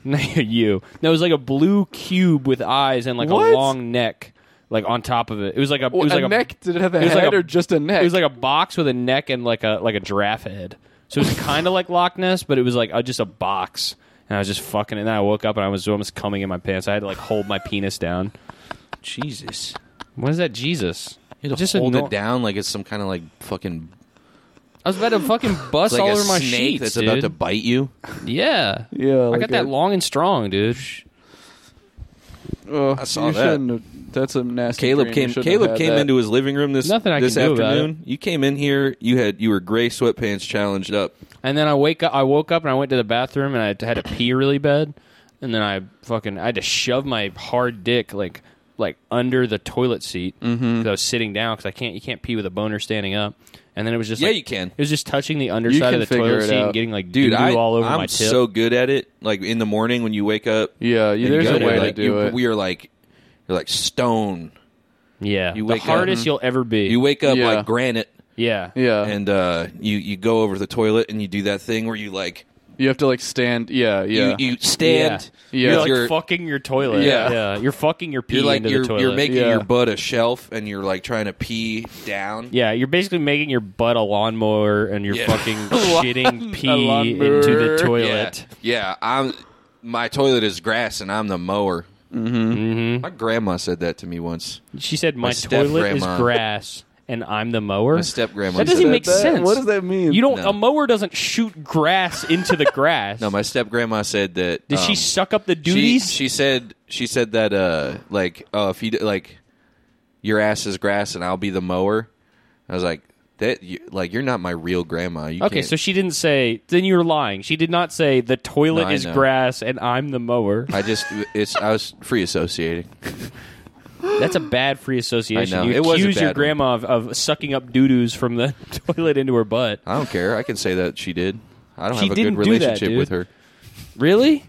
Speaker 9: No, you. No, it was like a blue cube with eyes and like
Speaker 5: What?
Speaker 9: a long neck, like on top of it. It was like a. It
Speaker 5: Wh-
Speaker 9: was
Speaker 5: a
Speaker 9: like
Speaker 5: neck? Did it have a
Speaker 9: it was
Speaker 5: head
Speaker 9: like a-
Speaker 5: or just a neck?
Speaker 9: It was like a box with a neck and like a like a giraffe head. So it was kind of like Loch Ness, but it was like uh, just a box. And I was just fucking, it. and then I woke up and I was almost coming in my pants. I had to like hold my penis down.
Speaker 4: Jesus.
Speaker 9: What is that, Jesus?
Speaker 4: You had to
Speaker 9: Just a
Speaker 4: hold
Speaker 9: nor-
Speaker 4: it down like it's some kind of like fucking
Speaker 9: I was about to fucking bust
Speaker 4: like
Speaker 9: all
Speaker 4: a
Speaker 9: over my
Speaker 4: snake
Speaker 9: sheets,
Speaker 4: that's
Speaker 9: dude.
Speaker 4: about to bite you.
Speaker 9: yeah,
Speaker 5: Yeah,
Speaker 9: I
Speaker 5: like
Speaker 9: got that
Speaker 5: a-
Speaker 9: long and strong, dude.
Speaker 5: Oh, I
Speaker 4: saw that.
Speaker 5: that's a nasty.
Speaker 4: Caleb
Speaker 5: dream. You
Speaker 4: came.
Speaker 5: shouldn't
Speaker 4: Caleb
Speaker 5: have had
Speaker 4: came
Speaker 5: that.
Speaker 4: into his living room this
Speaker 9: Nothing I
Speaker 4: this
Speaker 9: can do about
Speaker 4: afternoon. You came in here. You had you were gray sweatpants challenged up.
Speaker 9: And then I wake up. I woke up and I went to the bathroom and I had to pee really bad. And then I fucking I had to shove my hard dick like like under the toilet seat because
Speaker 4: Mm-hmm.
Speaker 9: I was sitting down because I can't you can't pee with a boner standing up. And then it was just
Speaker 4: Yeah,
Speaker 9: like-
Speaker 4: you can.
Speaker 9: It was just touching the underside
Speaker 5: can
Speaker 9: of the
Speaker 5: figure
Speaker 9: toilet
Speaker 5: it
Speaker 9: seat and
Speaker 5: out.
Speaker 9: getting like
Speaker 4: Dude,
Speaker 9: doo
Speaker 4: I,
Speaker 9: all over
Speaker 4: I'm
Speaker 9: my tip.
Speaker 4: so good at it. Like in the morning when you wake up.
Speaker 5: Yeah, you-
Speaker 4: and
Speaker 5: there's
Speaker 4: go
Speaker 5: a way to
Speaker 4: like,
Speaker 5: do
Speaker 4: you-
Speaker 5: it.
Speaker 4: We are like, you're like stone.
Speaker 9: yeah,
Speaker 4: You
Speaker 9: the
Speaker 4: wake up-
Speaker 9: hardest you'll ever be.
Speaker 4: You wake up
Speaker 5: Yeah.
Speaker 4: like granite,
Speaker 9: yeah,
Speaker 5: Yeah,
Speaker 4: and uh, you you go over to the toilet and you do that thing where you like
Speaker 5: You have to like stand. Yeah, yeah.
Speaker 4: You, you stand.
Speaker 5: Yeah.
Speaker 9: You're
Speaker 4: with
Speaker 9: like
Speaker 4: your-
Speaker 9: fucking your toilet.
Speaker 4: Yeah.
Speaker 9: You're fucking your pee
Speaker 4: You're like
Speaker 9: into
Speaker 4: you're,
Speaker 9: the toilet.
Speaker 4: you're making
Speaker 9: yeah.
Speaker 4: your butt a shelf, and you're like trying to pee down.
Speaker 9: Yeah, you're basically making your butt a lawnmower and you're
Speaker 4: Yeah.
Speaker 9: fucking shitting pee
Speaker 5: lawnmower.
Speaker 9: into the toilet.
Speaker 4: Yeah, I'm. My toilet is grass, and I'm the mower. Mm-hmm. My grandma said that to me once.
Speaker 9: She said,
Speaker 4: My
Speaker 9: "My, toilet is
Speaker 4: step-grandma.
Speaker 9: grass, and I'm the mower."
Speaker 4: My step grandma.
Speaker 9: that doesn't
Speaker 4: said
Speaker 9: make sense.
Speaker 5: What does that mean?
Speaker 9: You don't.
Speaker 4: No.
Speaker 9: A mower doesn't shoot grass into the grass.
Speaker 4: No, my step grandma said that.
Speaker 9: Did she
Speaker 4: um,
Speaker 9: suck up the
Speaker 4: she-
Speaker 9: duties?
Speaker 4: She, said she said that uh like oh if you d- like your ass is grass and I'll be the mower. I was like that you, like you're not my real grandma. You
Speaker 9: okay,
Speaker 4: can't-
Speaker 9: so she didn't say. Then you're lying. She did not say the toilet
Speaker 4: No, I
Speaker 9: is
Speaker 4: know.
Speaker 9: grass and I'm the mower.
Speaker 4: I just it's I was free associating.
Speaker 9: That's a bad free association.
Speaker 4: I know.
Speaker 9: You
Speaker 4: It was a
Speaker 9: accuse
Speaker 4: bad
Speaker 9: your
Speaker 4: one.
Speaker 9: grandma of, of sucking up doo doos from the toilet into her butt.
Speaker 4: I don't care. I can say that she did. I don't
Speaker 9: She
Speaker 4: have a good
Speaker 9: didn't do that,
Speaker 4: relationship
Speaker 9: dude.
Speaker 4: with her.
Speaker 9: Really?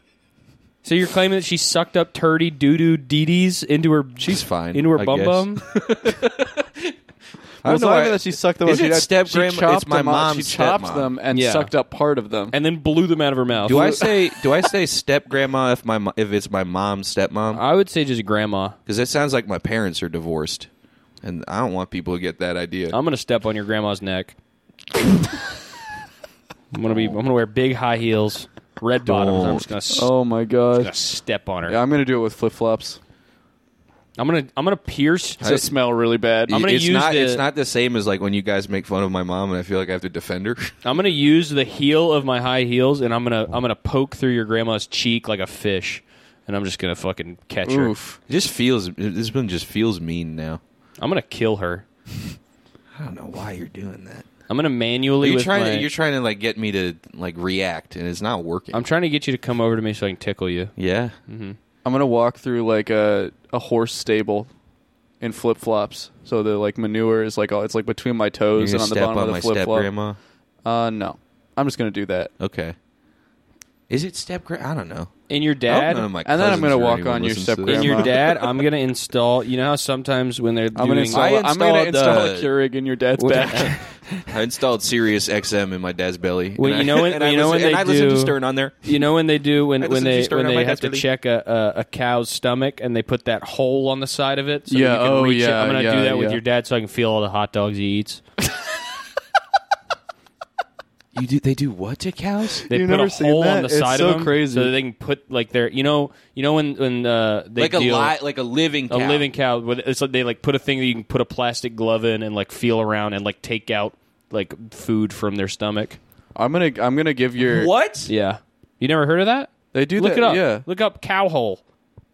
Speaker 9: So you're claiming that she sucked up turdy doo doo deedees into her
Speaker 4: She's fine.
Speaker 9: into her
Speaker 4: I
Speaker 9: bum
Speaker 4: guess.
Speaker 9: bum?
Speaker 4: I
Speaker 5: I
Speaker 4: don't
Speaker 5: don't
Speaker 4: know. why-
Speaker 5: that she sucked them. up.
Speaker 4: Is it
Speaker 5: She-
Speaker 4: step
Speaker 5: she
Speaker 4: grandma-
Speaker 5: chopped
Speaker 4: it's my
Speaker 5: them up. She
Speaker 4: mom's
Speaker 5: chopped
Speaker 4: stepmom.
Speaker 5: them and
Speaker 9: Yeah.
Speaker 5: sucked up part of them.
Speaker 9: and then blew them out of her mouth.
Speaker 4: do I say do I say step grandma if my mo- if it's my mom's stepmom?
Speaker 9: I would say just grandma.
Speaker 4: Because it sounds like my parents are divorced, and I don't want people to get that idea.
Speaker 9: I'm gonna step on your grandma's neck. I'm gonna be. I'm gonna wear big high heels, red bottoms. I'm just gonna, s-
Speaker 5: Oh my god!
Speaker 9: gonna step on her.
Speaker 5: Yeah, I'm gonna do it with flip flops.
Speaker 9: I'm gonna. I'm gonna pierce.
Speaker 5: It's gonna smell really bad.
Speaker 9: I'm gonna
Speaker 4: it's
Speaker 9: use
Speaker 4: not
Speaker 9: the-
Speaker 4: it's not the same as like when you guys make fun of my mom and I feel like I have to defend her.
Speaker 9: I'm gonna use the heel of my high heels, and I'm gonna. I'm gonna poke through your grandma's cheek like a fish, and I'm just gonna fucking catch her.
Speaker 5: Oof.
Speaker 4: It just feels this one just feels mean now.
Speaker 9: I'm gonna kill her.
Speaker 4: I don't know why you're doing that.
Speaker 9: I'm gonna manually.
Speaker 4: You're
Speaker 9: with
Speaker 4: trying
Speaker 9: my-
Speaker 4: to, you're trying to like get me to like react and it's not working.
Speaker 9: I'm trying to get you to come over to me so I can tickle you.
Speaker 4: yeah.
Speaker 5: I'm gonna walk through like a a horse stable in flip flops. So the like manure is like all it's like between my
Speaker 4: You're
Speaker 5: toes
Speaker 4: gonna
Speaker 5: and on the
Speaker 4: step
Speaker 5: bottom
Speaker 4: on
Speaker 5: of
Speaker 4: my
Speaker 5: the
Speaker 4: step
Speaker 5: flip flop.
Speaker 4: grandma.
Speaker 5: Uh no. I'm just gonna do that.
Speaker 4: Okay. Is it step grand? I don't know.
Speaker 9: And your
Speaker 4: I hope
Speaker 9: dad.
Speaker 4: none of my
Speaker 5: And then I'm
Speaker 4: cousins
Speaker 5: gonna
Speaker 4: or
Speaker 5: walk
Speaker 4: anyone
Speaker 5: on your
Speaker 4: listens to
Speaker 5: step
Speaker 4: this.
Speaker 9: and your
Speaker 5: grandma.
Speaker 9: dad, I'm gonna install. You know how sometimes when they're
Speaker 5: I'm gonna
Speaker 9: doing
Speaker 5: install,
Speaker 4: I
Speaker 5: I'm gonna
Speaker 4: installed,
Speaker 5: install a
Speaker 4: uh,
Speaker 5: Keurig in your dad's back.
Speaker 4: I installed Sirius XM in my dad's belly.
Speaker 9: Well,
Speaker 4: and
Speaker 9: you
Speaker 4: I,
Speaker 9: know when-
Speaker 4: and I
Speaker 9: you know when
Speaker 4: listen-
Speaker 9: they
Speaker 4: and I listen to
Speaker 9: do-
Speaker 4: Stern on there.
Speaker 9: You know when they do when,
Speaker 4: I
Speaker 9: when
Speaker 4: listened to
Speaker 9: they
Speaker 4: Stern
Speaker 9: when
Speaker 4: on
Speaker 9: they
Speaker 4: my
Speaker 9: have to
Speaker 4: dad's
Speaker 9: check a, a, a cow's stomach and they put that hole on the side of it. So that
Speaker 5: Yeah,
Speaker 9: you can
Speaker 5: oh,
Speaker 9: reach it.
Speaker 5: yeah,
Speaker 9: I'm gonna
Speaker 5: yeah,
Speaker 9: do that
Speaker 5: yeah.
Speaker 9: with your dad so I can feel all the hot dogs he eats.
Speaker 4: You do they do what to cows?
Speaker 9: They
Speaker 5: You've
Speaker 9: put
Speaker 5: never
Speaker 9: a
Speaker 5: seen
Speaker 9: hole
Speaker 5: that?
Speaker 9: on the
Speaker 5: It's
Speaker 9: side
Speaker 5: so
Speaker 9: of them
Speaker 5: crazy.
Speaker 9: so that they can put like their you know you know when when uh, they
Speaker 4: like a
Speaker 9: deal-
Speaker 4: li- like a living cow.
Speaker 9: a living cow. with- It's like they like put a thing that you can put a plastic glove in and like feel around and like take out like food from their stomach.
Speaker 5: I'm gonna I'm gonna give your
Speaker 4: What?
Speaker 9: Yeah, you never heard of that?
Speaker 5: They do
Speaker 9: Look
Speaker 5: that,
Speaker 9: it up.
Speaker 5: yeah.
Speaker 9: Look up cow hole.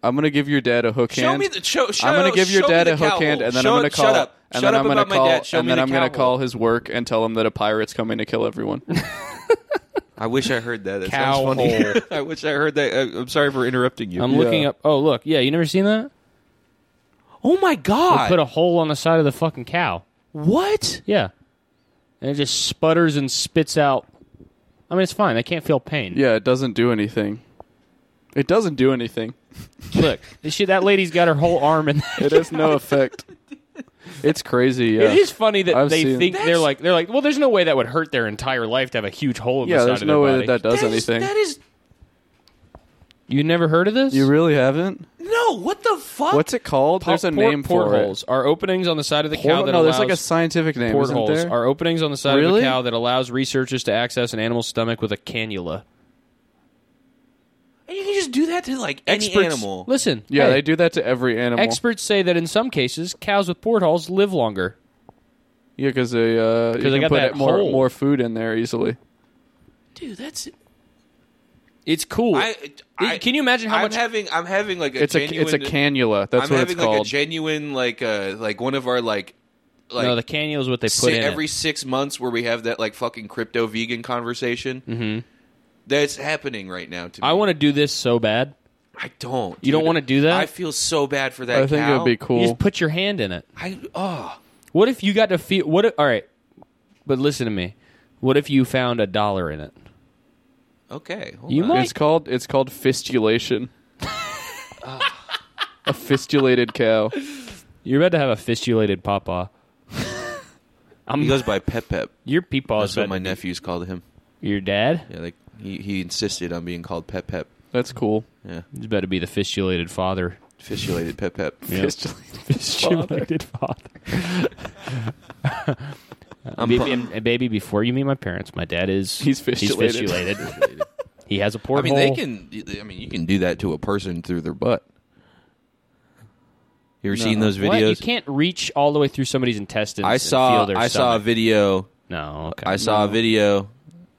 Speaker 5: I'm gonna give your dad a hook
Speaker 4: Show
Speaker 5: hand.
Speaker 4: me the show. show
Speaker 5: I'm gonna give your
Speaker 4: show
Speaker 5: dad
Speaker 4: me
Speaker 5: a
Speaker 4: the
Speaker 5: hook
Speaker 4: cow
Speaker 5: hand,
Speaker 4: hole.
Speaker 5: and then
Speaker 4: Show-
Speaker 5: I'm gonna call,
Speaker 4: Shut up.
Speaker 5: and
Speaker 4: shut
Speaker 5: then
Speaker 4: up
Speaker 5: I'm gonna
Speaker 4: about my
Speaker 5: call,
Speaker 4: dad. Show
Speaker 5: and
Speaker 4: me
Speaker 5: then
Speaker 4: the
Speaker 5: I'm gonna
Speaker 4: cow
Speaker 5: call
Speaker 4: hole.
Speaker 5: his work and tell him that a pirate's coming to kill everyone.
Speaker 4: I wish I heard that. That
Speaker 9: Cow
Speaker 4: sounds funny.
Speaker 9: hole.
Speaker 4: I wish I heard that. I, I'm sorry for interrupting you.
Speaker 9: I'm looking up. Oh, look. Yeah, you never seen that?
Speaker 4: oh my god!
Speaker 9: They put a hole on the side of the fucking cow.
Speaker 4: what?
Speaker 9: Yeah. And it just sputters and spits out. I mean, it's fine. They can't feel pain.
Speaker 5: yeah, it doesn't do anything. It doesn't do anything.
Speaker 9: Look, this shit, that lady's got her whole arm in that.
Speaker 5: It has no effect. It's crazy. Yeah.
Speaker 9: It is funny that
Speaker 5: I've
Speaker 9: they
Speaker 5: seen-
Speaker 9: think they're
Speaker 4: That's-
Speaker 9: like they're like. Well, there's no way that would hurt their entire life to have a huge hole in
Speaker 5: Yeah,
Speaker 9: the side
Speaker 5: there's
Speaker 9: of
Speaker 5: no
Speaker 9: their
Speaker 5: way
Speaker 9: body.
Speaker 5: that that does
Speaker 4: That is-
Speaker 5: anything.
Speaker 4: that is
Speaker 9: you never heard of this?
Speaker 5: you really haven't?
Speaker 4: no. What the fuck?
Speaker 5: What's it called?
Speaker 9: Port-
Speaker 5: there's a
Speaker 9: port-
Speaker 5: name for
Speaker 9: portholes are openings on the side of the
Speaker 5: it.
Speaker 9: cow
Speaker 5: Portal-
Speaker 9: that
Speaker 5: no, there's like a
Speaker 9: allows-
Speaker 5: scientific name, isn't
Speaker 9: portholes
Speaker 5: there?
Speaker 9: are openings on the side of
Speaker 5: Really?
Speaker 9: the cow that allows researchers to access an animal's stomach with a cannula.
Speaker 4: And you can just do that to like any animal.
Speaker 9: Listen,
Speaker 5: yeah,
Speaker 9: hey,
Speaker 5: they do that to every animal.
Speaker 9: Experts say that in some cases, cows with portholes live longer.
Speaker 5: yeah, because they uh, you
Speaker 9: they
Speaker 5: can
Speaker 9: got
Speaker 5: put
Speaker 9: that
Speaker 5: it more
Speaker 9: hole.
Speaker 5: more food in there easily.
Speaker 4: Dude, that's.
Speaker 9: It's cool.
Speaker 4: I, I
Speaker 9: Can you imagine how
Speaker 4: I'm
Speaker 9: much-
Speaker 4: having. I'm having like a
Speaker 5: It's a
Speaker 4: genuine.
Speaker 5: it's a cannula. That's
Speaker 4: I'm
Speaker 5: what it's
Speaker 4: having like a
Speaker 5: called.
Speaker 4: genuine like uh like one of our like like
Speaker 9: no, the cannula is what they put
Speaker 4: si-
Speaker 9: in.
Speaker 4: every
Speaker 9: it.
Speaker 4: six months where we have that like fucking crypto vegan conversation. Mm-hmm. That's happening right now. To me.
Speaker 9: I want to do this so bad.
Speaker 4: I don't.
Speaker 9: You don't
Speaker 4: dude.
Speaker 9: wanna do that?
Speaker 4: I feel so bad for that.
Speaker 5: I think it
Speaker 4: cow.
Speaker 5: would be
Speaker 9: You
Speaker 5: cool.
Speaker 9: just put your hand in it.
Speaker 4: I oh
Speaker 9: What if you got to feel? What? If, all right, but listen to me. What if you found a dollar in it?
Speaker 4: okay. hold
Speaker 9: You
Speaker 4: on.
Speaker 9: might.
Speaker 5: It's called it's called fistulation. a fistulated cow.
Speaker 9: You're about to have a fistulated pawpaw.
Speaker 4: He goes by Pep Pep.
Speaker 9: Your peepaw's
Speaker 4: That's what
Speaker 9: about
Speaker 4: my
Speaker 5: Oh,
Speaker 9: to be-
Speaker 4: nephews called him.
Speaker 9: Your dad?
Speaker 4: Yeah, they He he insisted on being called Pep Pep.
Speaker 5: That's cool.
Speaker 4: Yeah.
Speaker 9: He's better be the fistulated father.
Speaker 4: Fistulated Pep Pep.
Speaker 9: Yep.
Speaker 6: Fistulated father.
Speaker 9: baby, and- and baby, before you meet my parents, my dad is
Speaker 5: He's fistulated.
Speaker 9: fistulated. he has a
Speaker 4: I
Speaker 9: porthole.
Speaker 4: mean, they can. I mean, you can do that to a person through their butt. You ever seen those videos?
Speaker 9: What? You can't reach all the way through somebody's intestines.
Speaker 4: I
Speaker 9: and
Speaker 4: saw.
Speaker 9: feel their
Speaker 4: I saw a
Speaker 9: stomach.
Speaker 4: video.
Speaker 9: No, okay.
Speaker 4: I saw a video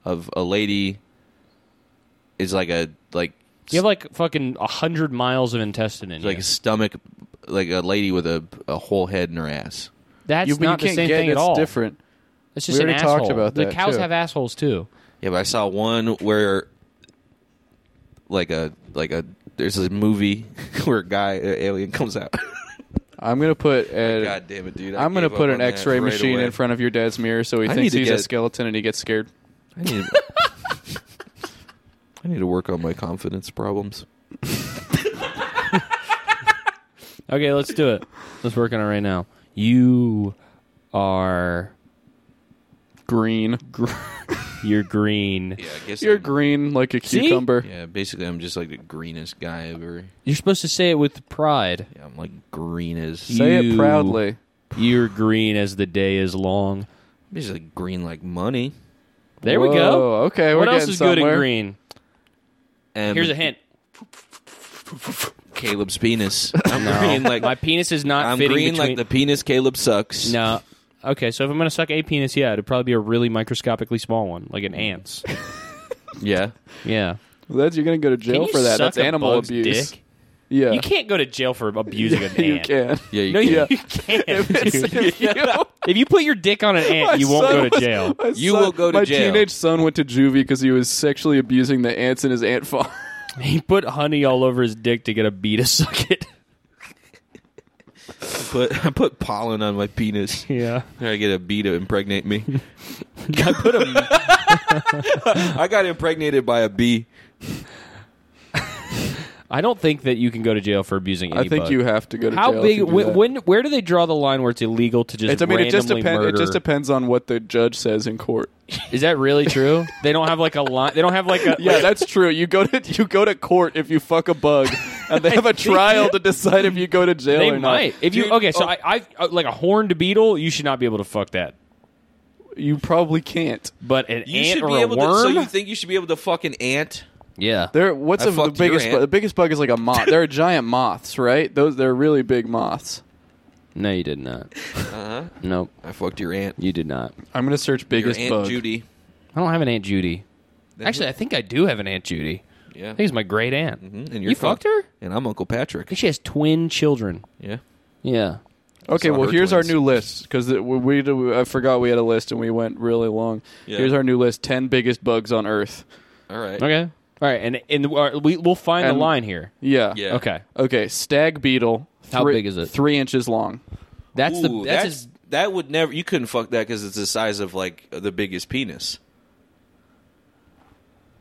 Speaker 4: of a lady. Is like a like
Speaker 9: You have like fucking hundred miles of intestine in
Speaker 4: it's like
Speaker 9: you.
Speaker 4: a stomach, like a lady with a a whole head in her ass.
Speaker 9: That's
Speaker 5: you, but
Speaker 9: not
Speaker 5: you
Speaker 9: the
Speaker 5: can't
Speaker 9: same
Speaker 5: get
Speaker 9: thing
Speaker 5: it's
Speaker 9: at all.
Speaker 5: different.
Speaker 9: It's just
Speaker 5: We
Speaker 9: an
Speaker 5: already talked
Speaker 9: asshole.
Speaker 5: about
Speaker 9: The
Speaker 5: that,
Speaker 9: cows
Speaker 5: too.
Speaker 9: have assholes too.
Speaker 4: Yeah, but I saw one where like a like a there's a movie where a guy a alien comes out.
Speaker 5: I'm gonna put. A,
Speaker 4: God damn it, dude! I
Speaker 5: I'm gonna
Speaker 4: gave
Speaker 5: put
Speaker 4: up on
Speaker 5: an
Speaker 4: that
Speaker 5: X-ray
Speaker 4: right
Speaker 5: machine
Speaker 4: away.
Speaker 5: in front of your dad's mirror so he
Speaker 4: I
Speaker 5: thinks
Speaker 4: need to
Speaker 5: he's a
Speaker 4: get-
Speaker 5: skeleton and he gets scared.
Speaker 4: I need, I need to work on my confidence problems.
Speaker 9: Okay, let's do it. Let's work on it right now. You are
Speaker 5: Green.
Speaker 9: you're green.
Speaker 4: Yeah, I guess
Speaker 5: You're
Speaker 4: I'm-
Speaker 5: green like a
Speaker 9: See?
Speaker 5: cucumber.
Speaker 4: Yeah, basically, I'm just like the greenest guy ever.
Speaker 9: You're supposed to say it with pride.
Speaker 4: Yeah, I'm like green as.
Speaker 9: Yeah.
Speaker 5: Say
Speaker 9: You-
Speaker 5: it proudly.
Speaker 9: You're green as the day is long.
Speaker 4: Basically, green like money.
Speaker 9: There we
Speaker 5: Whoa,
Speaker 9: go.
Speaker 5: Okay,
Speaker 9: what
Speaker 5: we're
Speaker 9: else
Speaker 5: getting
Speaker 9: is good
Speaker 5: somewhere.
Speaker 9: and green?
Speaker 4: And
Speaker 9: Here's a hint.
Speaker 4: Caleb's penis. I'm
Speaker 9: No.
Speaker 4: green like
Speaker 9: my penis is not
Speaker 4: I'm
Speaker 9: fitting
Speaker 4: green
Speaker 9: between.
Speaker 4: like the penis Caleb sucks.
Speaker 9: no. Okay, so if I'm gonna suck a penis, yeah, it'd probably be a really microscopically small one, like an ant's.
Speaker 4: Yeah.
Speaker 9: Yeah.
Speaker 5: That's you're gonna go to
Speaker 9: Can
Speaker 5: jail
Speaker 9: you
Speaker 5: for that.
Speaker 9: suck
Speaker 5: That's
Speaker 9: a
Speaker 5: animal
Speaker 9: bug's
Speaker 5: abuse.
Speaker 9: dick?
Speaker 5: Yeah,
Speaker 9: You can't go to jail for abusing an ant.
Speaker 5: you can.
Speaker 4: Yeah. You,
Speaker 9: No,
Speaker 4: can.
Speaker 9: you,
Speaker 5: Yeah.
Speaker 9: you can't. dude. if you put your dick on an
Speaker 5: My
Speaker 9: ant, you won't
Speaker 5: son
Speaker 9: go to jail.
Speaker 5: My
Speaker 4: You
Speaker 5: son-
Speaker 4: will go to
Speaker 5: my
Speaker 4: jail.
Speaker 5: My teenage son went to juvie because he was sexually abusing the ants in his ant farm.
Speaker 9: He put honey all over his dick to get a bee to suck it.
Speaker 4: Put I put pollen on my penis.
Speaker 9: Yeah.
Speaker 4: I get a bee to impregnate me. I put a. I got impregnated by a bee.
Speaker 9: I don't think that you can go to jail for abusing
Speaker 5: I
Speaker 9: any
Speaker 5: think
Speaker 9: bug.
Speaker 5: you have to go to
Speaker 9: How
Speaker 5: jail. if
Speaker 9: big?
Speaker 5: you do
Speaker 9: When,
Speaker 5: that.
Speaker 9: when? Where do they draw the line where it's illegal to just?
Speaker 5: It's, I mean, it just
Speaker 9: randomly
Speaker 5: depends. It
Speaker 9: murder?
Speaker 5: just depends on what the judge says in court.
Speaker 9: Is that really true? they don't have like a line. They don't have like a.
Speaker 5: Yeah, that's true. You go to you go to court if you fuck a bug, and they have a trial to decide if you go to jail
Speaker 9: they
Speaker 5: or
Speaker 9: might.
Speaker 5: not.
Speaker 9: If you
Speaker 5: Dude,
Speaker 9: okay, so I, I uh, like a horned beetle. You should not be able to fuck that.
Speaker 5: you probably can't.
Speaker 9: But an
Speaker 4: You
Speaker 9: ant
Speaker 4: should
Speaker 9: or
Speaker 4: be
Speaker 9: a
Speaker 4: able to. So
Speaker 9: worm.
Speaker 4: you think you should be able to fuck an ant?
Speaker 9: yeah.
Speaker 5: There, what's
Speaker 4: I
Speaker 5: a, the
Speaker 4: fucked your
Speaker 5: biggest?
Speaker 4: ant.
Speaker 5: bu- The biggest bug is like a moth. They're giant moths, right? Those they're really big moths.
Speaker 9: No, you did not.
Speaker 4: Uh huh.
Speaker 9: Nope,
Speaker 4: I fucked your aunt.
Speaker 9: you did not.
Speaker 5: I'm gonna search
Speaker 4: Your
Speaker 5: biggest
Speaker 4: aunt
Speaker 5: bug.
Speaker 4: Judy.
Speaker 9: I don't have an Aunt Judy.
Speaker 4: Then
Speaker 9: Actually, I think I do have an Aunt Judy.
Speaker 4: Yeah.
Speaker 9: I think it's my great aunt.
Speaker 4: Mhm, and
Speaker 9: you
Speaker 4: you're fucked.
Speaker 9: fucked her? I
Speaker 4: And I'm Uncle Patrick.
Speaker 9: think she has twin children.
Speaker 4: Yeah.
Speaker 9: Yeah.
Speaker 5: Okay,
Speaker 4: Saw
Speaker 5: well,
Speaker 4: her
Speaker 5: here's
Speaker 4: twins.
Speaker 5: our new list because we, we do- I forgot we had a list and we went really long.
Speaker 4: Yeah.
Speaker 5: Here's our new list: ten biggest bugs on Earth.
Speaker 4: All right.
Speaker 9: Okay. All right, and and uh, we we'll find the
Speaker 5: And-
Speaker 9: line here.
Speaker 5: Yeah.
Speaker 4: Yeah.
Speaker 9: Okay.
Speaker 5: Okay. Stag beetle.
Speaker 9: How
Speaker 5: three-
Speaker 9: big is it?
Speaker 5: Three inches long.
Speaker 9: That's
Speaker 4: Ooh,
Speaker 9: the that's,
Speaker 4: that's- that would never. You couldn't fuck that because it's the size of like the biggest penis.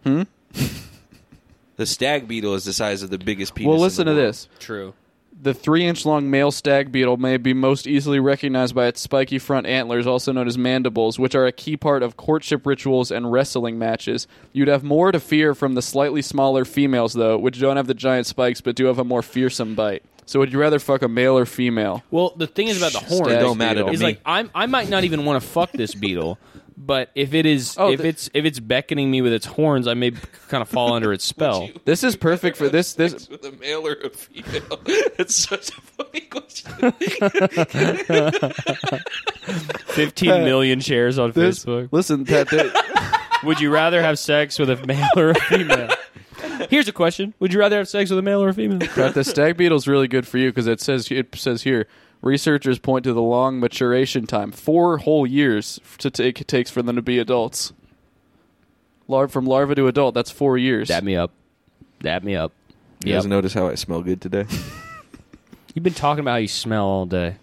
Speaker 4: Hmm. the stag beetle is the size of the biggest penis.
Speaker 5: well,
Speaker 4: in the
Speaker 5: listen to
Speaker 4: world.
Speaker 5: this:
Speaker 9: true.
Speaker 5: the three-inch-long male stag beetle may be most easily recognized by its spiky front antlers, also known as mandibles, which are a key part of courtship rituals and wrestling matches. You'd have more to fear from the slightly smaller females, though, which don't have the giant spikes but do have a more fearsome bite. So, would you rather fuck a male or female?
Speaker 9: Well, the thing is about the horn.
Speaker 4: It don't matter to
Speaker 9: is
Speaker 4: me.
Speaker 9: like I'm I might not even want to fuck this beetle, but if it is
Speaker 5: Oh,
Speaker 9: if
Speaker 5: the-
Speaker 9: it's if it's beckoning me with its horns, I may kind of fall under its spell.
Speaker 5: This is perfect for this. This
Speaker 4: With a male or a female? That's such a funny question.
Speaker 9: Fifteen million shares on
Speaker 5: this
Speaker 9: Facebook.
Speaker 5: listen, Pat. th-
Speaker 9: Would you rather have sex with a male or a female? Here's a question: Would you rather have sex with a male or a female?
Speaker 5: Pat, the stag beetle's really good for you because it says it says here. Researchers point to the long maturation time, four whole years to take it takes for them to be adults. Lar- from larva to adult, that's four years.
Speaker 9: Dab me up. Dab me up.
Speaker 4: You
Speaker 9: Yeah.
Speaker 4: guys notice how I smell good today?
Speaker 9: You've been talking about how you smell all day.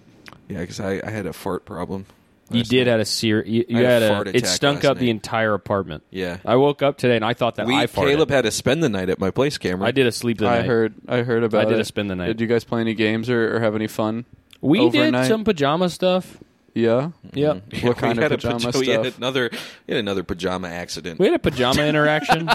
Speaker 4: yeah, because I, I had a fart problem.
Speaker 9: You
Speaker 4: last
Speaker 9: did
Speaker 4: night.
Speaker 9: have a ser- you, you
Speaker 4: I had
Speaker 9: had,
Speaker 4: a
Speaker 9: a,
Speaker 4: fart
Speaker 9: it
Speaker 4: attack
Speaker 9: stunk
Speaker 4: last
Speaker 9: up the
Speaker 4: night.
Speaker 9: entire apartment.
Speaker 4: Yeah.
Speaker 9: I woke up today and I thought that
Speaker 4: we
Speaker 9: I farted.
Speaker 4: Caleb had to spend the night at my place, Cameron.
Speaker 9: I did a sleep the
Speaker 5: I
Speaker 9: night.
Speaker 5: heard. I heard about.
Speaker 9: I did
Speaker 5: it.
Speaker 9: a spin the night.
Speaker 5: Did you guys play any games or, or have any fun?
Speaker 9: we
Speaker 5: overnight?
Speaker 9: did some pajama stuff.
Speaker 5: Yeah.
Speaker 9: Yep.
Speaker 5: What kind
Speaker 4: we
Speaker 5: of
Speaker 4: had a
Speaker 5: pajama
Speaker 4: paj-
Speaker 5: stuff?
Speaker 4: We had another, we had another pajama accident.
Speaker 9: We had a pajama interaction.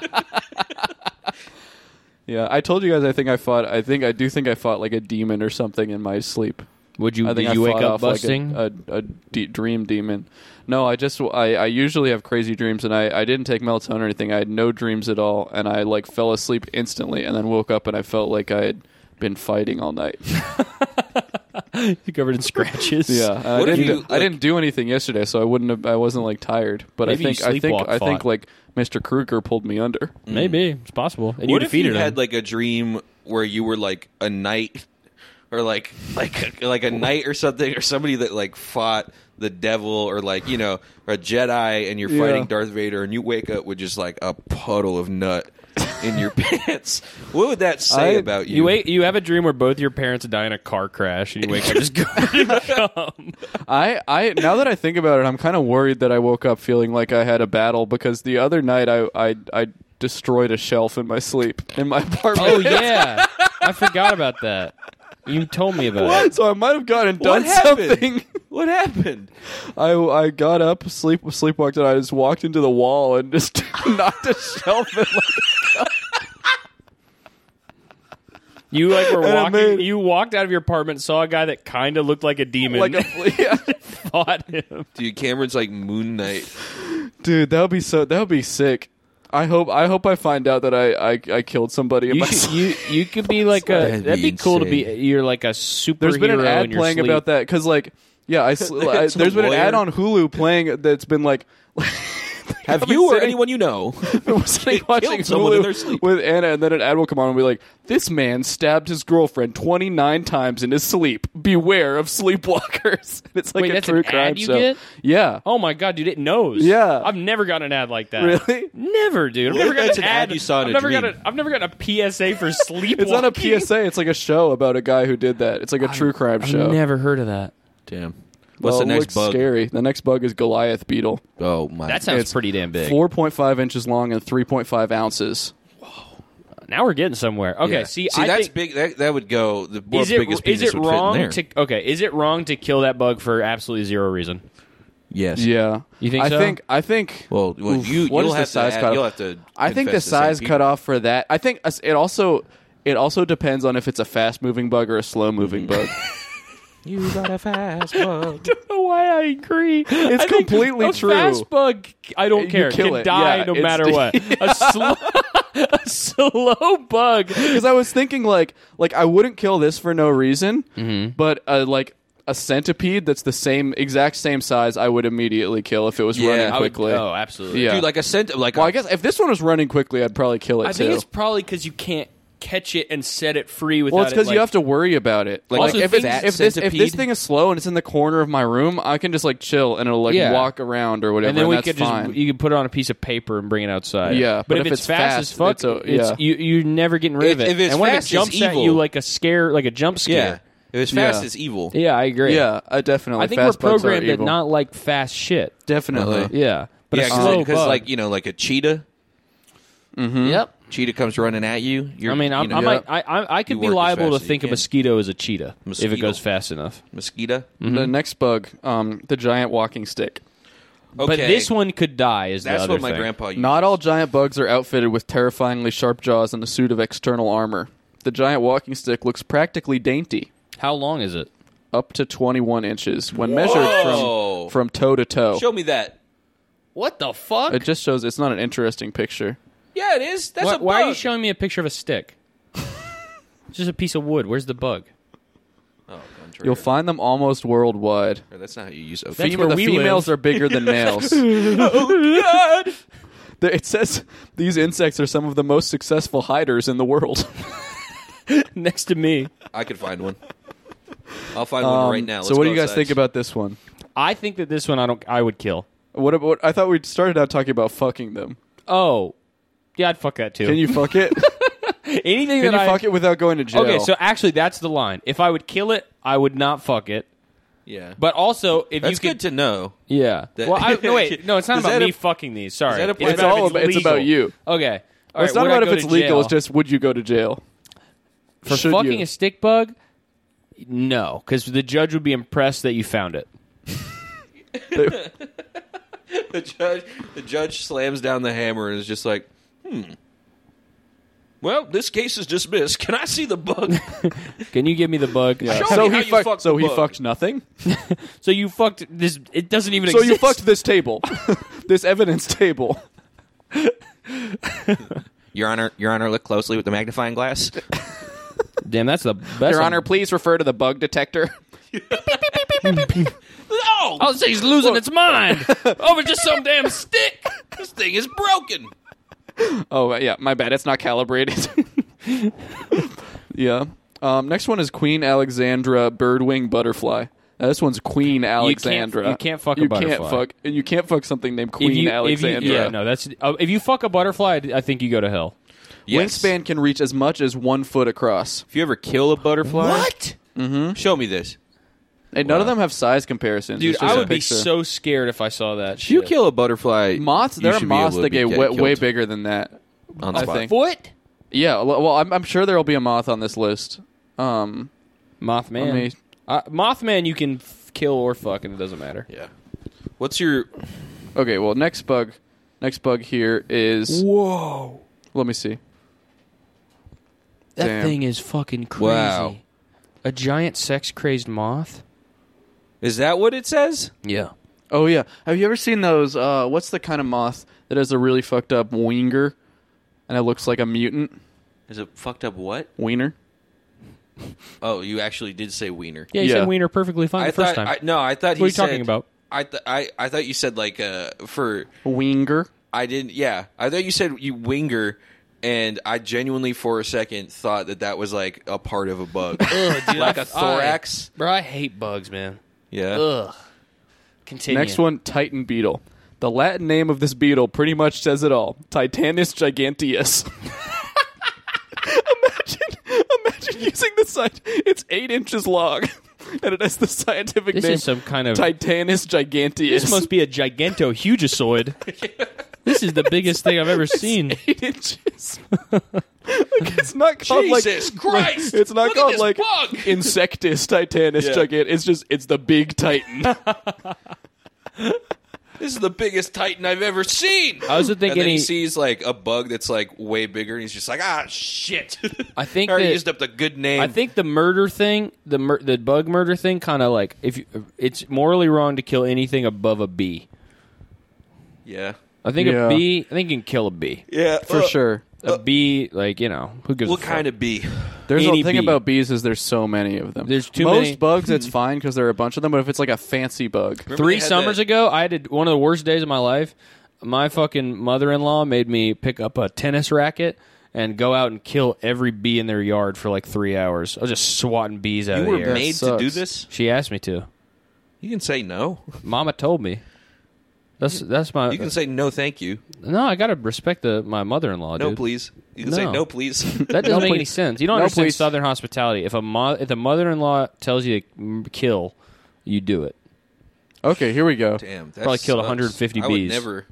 Speaker 5: Yeah, I told you guys. I think I fought. I think I do think I fought like a demon or something in my sleep.
Speaker 9: Would you-
Speaker 5: I think
Speaker 9: did you
Speaker 5: I
Speaker 9: wake
Speaker 5: fought
Speaker 9: up
Speaker 5: off, like,
Speaker 9: busting?
Speaker 5: a a, a de- dream demon? No, I just I, I usually have crazy dreams, and I, I didn't take melatonin or anything. I had no dreams at all, and I like fell asleep instantly, and then woke up, and I felt like I had been fighting all night.
Speaker 9: You're covered in scratches.
Speaker 5: yeah, and I
Speaker 4: What if
Speaker 5: didn't
Speaker 4: you,
Speaker 5: do- I
Speaker 4: like-
Speaker 5: didn't do anything yesterday, so I wouldn't have. I wasn't like tired, but I
Speaker 9: Maybe you
Speaker 5: think I think
Speaker 9: sleepwalk
Speaker 5: I think
Speaker 9: fought.
Speaker 5: like Mr. Kruger pulled me under.
Speaker 9: Mm. Maybe it's possible. And you
Speaker 4: what if
Speaker 9: defeated
Speaker 4: you
Speaker 9: him.
Speaker 4: had like a dream where you were like a knight, or like like a, like a knight or something, or somebody that like fought the devil, or like you know a Jedi, and you're
Speaker 5: Yeah.
Speaker 4: fighting Darth Vader, and you wake up with just like a puddle of nut in your pants? What would that say
Speaker 5: I-
Speaker 4: about you?
Speaker 9: you wait. You have a dream where both your parents die in a car crash, and you wake up just go.
Speaker 5: I, I now that I think about it, I'm kind of worried that I woke up feeling like I had a battle because the other night I I, I destroyed a shelf in my sleep in my apartment.
Speaker 9: Oh yeah, I forgot about that. You told me about it.
Speaker 5: so I might have gone and
Speaker 4: What
Speaker 5: done
Speaker 4: happened?
Speaker 5: something.
Speaker 4: What happened?
Speaker 5: I I got up, sleep sleepwalked, and I just walked into the wall and just knocked a shelf. And like,
Speaker 9: You like were
Speaker 5: And I
Speaker 9: walking.
Speaker 5: made-
Speaker 9: you walked out of your apartment, saw a guy that kind of looked like a demon,
Speaker 5: like a flea. yeah.
Speaker 9: fought him.
Speaker 4: Dude, Cameron's like Moon Knight.
Speaker 5: dude. That would be so. That would be sick. I hope I hope I find out that I I, I killed somebody in
Speaker 9: You,
Speaker 5: my
Speaker 9: should,
Speaker 5: sleep.
Speaker 9: you you could be like a.
Speaker 4: That'd
Speaker 9: That'd
Speaker 4: be
Speaker 9: be, cool to be.
Speaker 4: insane.
Speaker 9: You're like a superhero.
Speaker 5: There's been an ad
Speaker 9: in your
Speaker 5: playing
Speaker 9: sleep.
Speaker 5: about that because like yeah I, sl- I
Speaker 4: It's a
Speaker 5: there's been an ad
Speaker 4: lawyer.
Speaker 5: on Hulu playing that's been like
Speaker 4: Have
Speaker 5: been
Speaker 4: you or
Speaker 5: sitting-
Speaker 4: anyone you know?
Speaker 5: we're sitting watching
Speaker 4: killed someone in
Speaker 5: Hulu
Speaker 4: their sleep.
Speaker 5: with Anna and then an ad will come on and be like this man stabbed his girlfriend 29 times in his sleep beware of sleepwalkers it's like
Speaker 9: Wait,
Speaker 5: a
Speaker 9: that's
Speaker 5: true
Speaker 9: an
Speaker 5: crime
Speaker 9: ad you
Speaker 5: show
Speaker 9: get?
Speaker 5: yeah
Speaker 9: Oh my god, dude! It knows.
Speaker 5: Yeah.
Speaker 9: I've never gotten an ad like that.
Speaker 5: Really?
Speaker 9: Never, dude. I've
Speaker 14: What
Speaker 9: never
Speaker 14: if that's
Speaker 9: gotten
Speaker 14: an ad you saw in
Speaker 9: I've
Speaker 14: a
Speaker 9: never got
Speaker 14: dream?
Speaker 9: a. I've never gotten a PSA for sleep.
Speaker 5: it's not a PSA it's like a show about a guy who did that it's like a true crime show
Speaker 9: Never heard of that.
Speaker 4: Damn.
Speaker 5: well,
Speaker 4: What's the
Speaker 5: it
Speaker 4: next
Speaker 5: looks
Speaker 4: bug?
Speaker 5: scary the next bug is Goliath beetle
Speaker 4: Oh my!
Speaker 9: That sounds
Speaker 5: It's
Speaker 9: pretty damn big.
Speaker 5: 4.5 inches long and 3.5 ounces
Speaker 9: now we're getting somewhere. Okay,
Speaker 4: Yeah.
Speaker 9: see, I
Speaker 4: that's
Speaker 9: think,
Speaker 4: big. That, that would go the world's
Speaker 9: Is it,
Speaker 4: biggest
Speaker 9: is
Speaker 4: penis
Speaker 9: it
Speaker 4: would fit in
Speaker 9: wrong
Speaker 4: there.
Speaker 9: to okay? Is it wrong to kill that bug for absolutely zero reason?
Speaker 4: Yes.
Speaker 5: Yeah,
Speaker 9: You think
Speaker 5: I
Speaker 9: so?
Speaker 5: think I think.
Speaker 4: Well, well,
Speaker 5: Oof,
Speaker 4: you-
Speaker 5: what
Speaker 4: you'll
Speaker 5: is the
Speaker 4: have to
Speaker 5: size
Speaker 4: add-
Speaker 5: cutoff?
Speaker 4: you'll have to
Speaker 5: I think the
Speaker 4: confess to some
Speaker 5: size
Speaker 4: people.
Speaker 5: cutoff for that. I think us- it also it also depends on if it's a fast moving bug or a slow moving
Speaker 4: Mm-hmm.
Speaker 5: bug.
Speaker 13: You got a fast one.
Speaker 9: don't know why I agree.
Speaker 5: It's completely
Speaker 9: a
Speaker 5: true.
Speaker 9: Fast bug, I don't
Speaker 5: You
Speaker 9: care.
Speaker 5: kill
Speaker 9: Can
Speaker 5: it.
Speaker 9: die
Speaker 5: Yeah,
Speaker 9: no
Speaker 5: it's-
Speaker 9: matter what. A slow, a slow bug.
Speaker 5: Because I was thinking like like I wouldn't kill this for no reason,
Speaker 4: Mm-hmm.
Speaker 5: but uh, like a centipede that's the same exact same size, I would immediately kill if it was
Speaker 4: Yeah, I
Speaker 5: running
Speaker 4: would-
Speaker 5: quickly.
Speaker 9: Oh, absolutely.
Speaker 5: yeah.
Speaker 4: Dude, like a cent, like
Speaker 5: well,
Speaker 4: a-
Speaker 5: I guess if this one was running quickly, I'd probably kill it
Speaker 9: I
Speaker 5: too.
Speaker 9: think it's probably because you can't catch it and set it free without.
Speaker 5: Well, it's
Speaker 9: because
Speaker 5: because you have to worry about it. Like,
Speaker 9: Also,
Speaker 5: if,
Speaker 9: things-
Speaker 5: it's, if this if this
Speaker 4: centipede.
Speaker 5: thing is slow and it's in the corner of my room, I can just like chill and it'll like
Speaker 9: Yeah.
Speaker 5: walk around or whatever.
Speaker 9: And then we
Speaker 5: that's
Speaker 9: could
Speaker 5: fine.
Speaker 9: just you could put it on a piece of paper and bring it outside.
Speaker 5: Yeah,
Speaker 9: but, if, it's, fast, as fuck, it's,
Speaker 5: a- yeah.
Speaker 9: you you're never getting rid of
Speaker 4: If-
Speaker 9: it.
Speaker 4: if it's
Speaker 9: and when
Speaker 4: fast,
Speaker 9: it
Speaker 4: it's
Speaker 9: jumps at
Speaker 4: evil.
Speaker 9: you like a scare, like a jump
Speaker 4: yeah.
Speaker 9: scare.
Speaker 4: If it's fast,
Speaker 5: Yeah.
Speaker 4: it's evil.
Speaker 9: Yeah, I agree.
Speaker 5: yeah, I definitely.
Speaker 9: I think
Speaker 5: fast
Speaker 9: we're
Speaker 5: bugs are
Speaker 9: programmed to
Speaker 5: evil.
Speaker 9: not Uh-huh. like fast shit.
Speaker 5: definitely.
Speaker 9: Yeah, but
Speaker 4: yeah,
Speaker 9: a slow
Speaker 4: because
Speaker 9: bug.
Speaker 4: like you know, like a cheetah,
Speaker 9: yep.
Speaker 4: cheetah comes running at you. You're,
Speaker 9: I mean, I'm,
Speaker 4: you know,
Speaker 9: I might, I, I, I
Speaker 4: You
Speaker 9: could be
Speaker 4: work as
Speaker 9: liable
Speaker 4: fast
Speaker 9: to
Speaker 4: as you
Speaker 9: think a
Speaker 4: can.
Speaker 9: mosquito as a cheetah if
Speaker 4: Mosquito.
Speaker 9: it goes fast enough.
Speaker 4: mosquito.
Speaker 5: The next bug, um, the giant walking stick.
Speaker 4: Okay,
Speaker 9: But this one could die. Is the
Speaker 4: that's
Speaker 9: other
Speaker 4: what my
Speaker 9: thing.
Speaker 4: grandpa used.
Speaker 5: Not all giant bugs are outfitted with terrifyingly sharp jaws and a suit of external armor. The giant walking stick looks practically dainty,
Speaker 9: How long is it?
Speaker 5: up to 21 inches when measured
Speaker 4: Whoa.
Speaker 5: from from toe to toe.
Speaker 4: Oh, Show me that.
Speaker 9: What the fuck?
Speaker 5: It just shows it's not an interesting picture.
Speaker 4: Yeah, it is. That's
Speaker 9: why,
Speaker 4: a bug.
Speaker 9: why are you showing me a picture of a stick? it's just a piece of wood. Where's the bug?
Speaker 4: oh, I'm triggered.
Speaker 5: You'll find them almost worldwide.
Speaker 4: That's not how you use it.
Speaker 9: That's
Speaker 5: Fema-
Speaker 9: where
Speaker 5: the
Speaker 9: we
Speaker 5: females
Speaker 9: live.
Speaker 5: are bigger than males. The- It says these insects are some of the most successful hiders in the world.
Speaker 9: Next to me.
Speaker 4: I could find one. I'll find one
Speaker 9: Um,
Speaker 4: right now.
Speaker 5: so,
Speaker 4: Let's
Speaker 5: what do
Speaker 4: go
Speaker 5: you guys
Speaker 4: outside.
Speaker 5: think about this one?
Speaker 9: I think that this one I don't I would kill.
Speaker 5: What about? I thought we started out talking about fucking them.
Speaker 9: Oh. Yeah, I'd fuck that too.
Speaker 5: Can you fuck it?
Speaker 9: Anything
Speaker 5: Can
Speaker 9: that
Speaker 5: you
Speaker 9: I
Speaker 5: fuck it without going to jail?
Speaker 9: Okay, so actually that's the line. If I would kill it, I would not fuck it.
Speaker 4: Yeah,
Speaker 9: But also if
Speaker 4: that's
Speaker 9: you
Speaker 4: good
Speaker 9: could
Speaker 4: to know.
Speaker 9: Yeah.
Speaker 4: That-
Speaker 9: well, I, no wait. No, it's not
Speaker 4: Does
Speaker 9: about
Speaker 4: that
Speaker 9: me
Speaker 4: app-
Speaker 9: fucking these. Sorry.
Speaker 4: that apply- It's
Speaker 5: all about- it's about
Speaker 9: legal.
Speaker 5: you.
Speaker 9: Okay. All
Speaker 5: it's
Speaker 9: right,
Speaker 5: not
Speaker 9: would I
Speaker 5: about
Speaker 9: go
Speaker 5: if it's
Speaker 9: to
Speaker 5: legal.
Speaker 9: jail?
Speaker 5: It's just would you go to jail?
Speaker 9: for
Speaker 5: Should
Speaker 9: fucking
Speaker 5: you?
Speaker 9: a stick bug? No, because the judge would be impressed that you found it.
Speaker 4: the judge the judge slams down the hammer and is just like, hmm. Well, this case is dismissed. Can I see the bug?
Speaker 9: Can you give me the bug?
Speaker 4: Show
Speaker 5: so
Speaker 4: me how
Speaker 5: he
Speaker 4: you
Speaker 5: fucked.
Speaker 4: fucked
Speaker 5: so
Speaker 4: the
Speaker 5: he
Speaker 4: bug.
Speaker 5: fucked nothing.
Speaker 9: So you fucked this. It doesn't even
Speaker 5: so
Speaker 9: exist.
Speaker 5: you fucked this table, this evidence table.
Speaker 4: Your Honor, Your Honor, look closely with the magnifying glass.
Speaker 9: Damn, that's the best.
Speaker 5: Your
Speaker 9: one.
Speaker 5: Honor, please refer to the bug detector.
Speaker 4: no,
Speaker 9: Oh, so he's losing its mind over just some damn stick.
Speaker 4: this thing is broken.
Speaker 5: Oh yeah, my bad. It's not calibrated. yeah. Um, next one is Queen Alexandra Birdwing Butterfly. Now, this one's Queen Alexandra.
Speaker 9: you can't fuck a
Speaker 5: you Can't
Speaker 9: butterfly.
Speaker 5: fuck, you can't fuck something named Queen
Speaker 9: If you- if you-
Speaker 5: Alexandra.
Speaker 9: yeah, no, that's uh, if you fuck a butterfly, I think you go to hell.
Speaker 4: Yes.
Speaker 5: Wingspan can reach as much as one foot across.
Speaker 4: If you ever kill a butterfly,
Speaker 9: What?
Speaker 4: Mm-hmm. Show me this,
Speaker 5: And none of them have size comparisons.
Speaker 9: Dude,
Speaker 5: It's just
Speaker 9: I
Speaker 5: a
Speaker 9: would be
Speaker 5: picture.
Speaker 9: so scared if I saw that.
Speaker 4: If you
Speaker 9: shit.
Speaker 4: kill a butterfly,
Speaker 5: Moths,
Speaker 4: you
Speaker 5: there are
Speaker 4: should be
Speaker 5: moths
Speaker 4: able
Speaker 5: that
Speaker 4: to
Speaker 5: get
Speaker 4: get
Speaker 5: way, way
Speaker 4: killed
Speaker 5: bigger than that.
Speaker 4: On
Speaker 5: I
Speaker 4: spot.
Speaker 5: think.
Speaker 7: What?
Speaker 5: Yeah, l- well, I'm, I'm sure there will be a moth on this list. Um,
Speaker 9: Mothman.
Speaker 5: Let me-
Speaker 9: uh, Mothman, you can f- kill or fuck, and it doesn't matter.
Speaker 4: Yeah. What's your?
Speaker 5: okay, well, next bug, next bug here is. Whoa! Let me see.
Speaker 9: That
Speaker 5: Damn.
Speaker 9: thing is fucking crazy.
Speaker 4: Wow.
Speaker 9: A giant sex crazed moth.
Speaker 4: Is that what it says?
Speaker 9: Yeah.
Speaker 5: Oh yeah, have you ever seen those? Uh, what's the kind of moth that has a really fucked up winger, and it looks like a mutant
Speaker 4: Is it fucked up? What?
Speaker 5: wiener?
Speaker 4: Oh, you actually did say wiener.
Speaker 9: Yeah, you
Speaker 5: Yeah.
Speaker 9: said wiener perfectly fine
Speaker 4: I
Speaker 9: the first
Speaker 4: thought.
Speaker 9: time.
Speaker 4: I, no, I thought. he
Speaker 9: are you talking
Speaker 4: said-
Speaker 9: about?
Speaker 4: I, th- I I thought you said like uh for
Speaker 5: Winger.
Speaker 4: I didn't. Yeah, I thought you said you winger, and I genuinely for a second thought that that was like a part of a bug, like a thorax.
Speaker 9: Bro, I hate bugs, man.
Speaker 4: Yeah.
Speaker 9: Ugh. Continue.
Speaker 5: Next one, Titan beetle. The Latin name of this beetle pretty much says it all. Titanus giganteus. imagine, imagine using the site. It's eight inches long, and it has the scientific
Speaker 9: This
Speaker 5: name
Speaker 9: is some kind of.
Speaker 5: Titanus giganteus.
Speaker 9: this must be a giganto hugosoid. this is the biggest thing I've ever seen.
Speaker 5: eight inches. like, it's not called
Speaker 4: Jesus
Speaker 5: like
Speaker 4: Christ!
Speaker 5: It's not
Speaker 4: Look at
Speaker 5: called
Speaker 4: this
Speaker 5: like
Speaker 4: bug!
Speaker 5: Insectus Titanus
Speaker 4: Yeah.
Speaker 5: gigant. It's just it's the big Titan.
Speaker 4: This is the biggest Titan I've ever seen.
Speaker 9: I also think
Speaker 4: and then
Speaker 9: any-
Speaker 4: he sees like a bug that's like way bigger, and he's just like, ah, shit.
Speaker 9: I think
Speaker 4: I already
Speaker 9: that-
Speaker 4: used up the good name.
Speaker 9: I think the murder thing, the mur- the bug murder thing, kind of like if you, it's morally wrong to kill anything above a bee.
Speaker 4: Yeah.
Speaker 9: I think
Speaker 5: Yeah.
Speaker 9: a bee. I think you can kill a bee.
Speaker 4: Yeah.
Speaker 5: For sure.
Speaker 9: A bee, like you know, who gives
Speaker 4: What
Speaker 9: a
Speaker 4: kind of bee?
Speaker 5: There's the
Speaker 9: Any
Speaker 5: thing
Speaker 9: bee.
Speaker 5: about bees is there's so many of them.
Speaker 9: There's too
Speaker 5: Most
Speaker 9: many.
Speaker 5: bugs, it's fine because there are a bunch of them. But if it's like a fancy bug,
Speaker 4: Remember they
Speaker 9: Three
Speaker 4: had
Speaker 9: summers
Speaker 4: that-
Speaker 9: ago, I did one of the worst days of my life. My fucking mother in law made me pick up a tennis racket and go out and kill every bee in their yard for like three hours. I was just swatting bees out
Speaker 4: You
Speaker 9: of the
Speaker 4: were
Speaker 9: air.
Speaker 4: made to
Speaker 5: sucks.
Speaker 4: do this.
Speaker 9: She asked me to.
Speaker 4: You can say no.
Speaker 9: Mama told me. That's that's my
Speaker 4: You can say no, thank you.
Speaker 9: no. I gotta respect the, my mother in law.
Speaker 4: No,
Speaker 9: dude.
Speaker 4: please. You can say
Speaker 9: No.
Speaker 4: no, please.
Speaker 9: That doesn't make any sense. You don't
Speaker 5: No,
Speaker 9: understand
Speaker 5: please.
Speaker 9: Southern hospitality. If a mo- if the mother in law tells you to m- kill, you do it.
Speaker 5: okay, here we go.
Speaker 4: Damn, that
Speaker 9: Probably killed
Speaker 4: sucks.
Speaker 9: 150
Speaker 4: I would
Speaker 9: bees.
Speaker 4: never,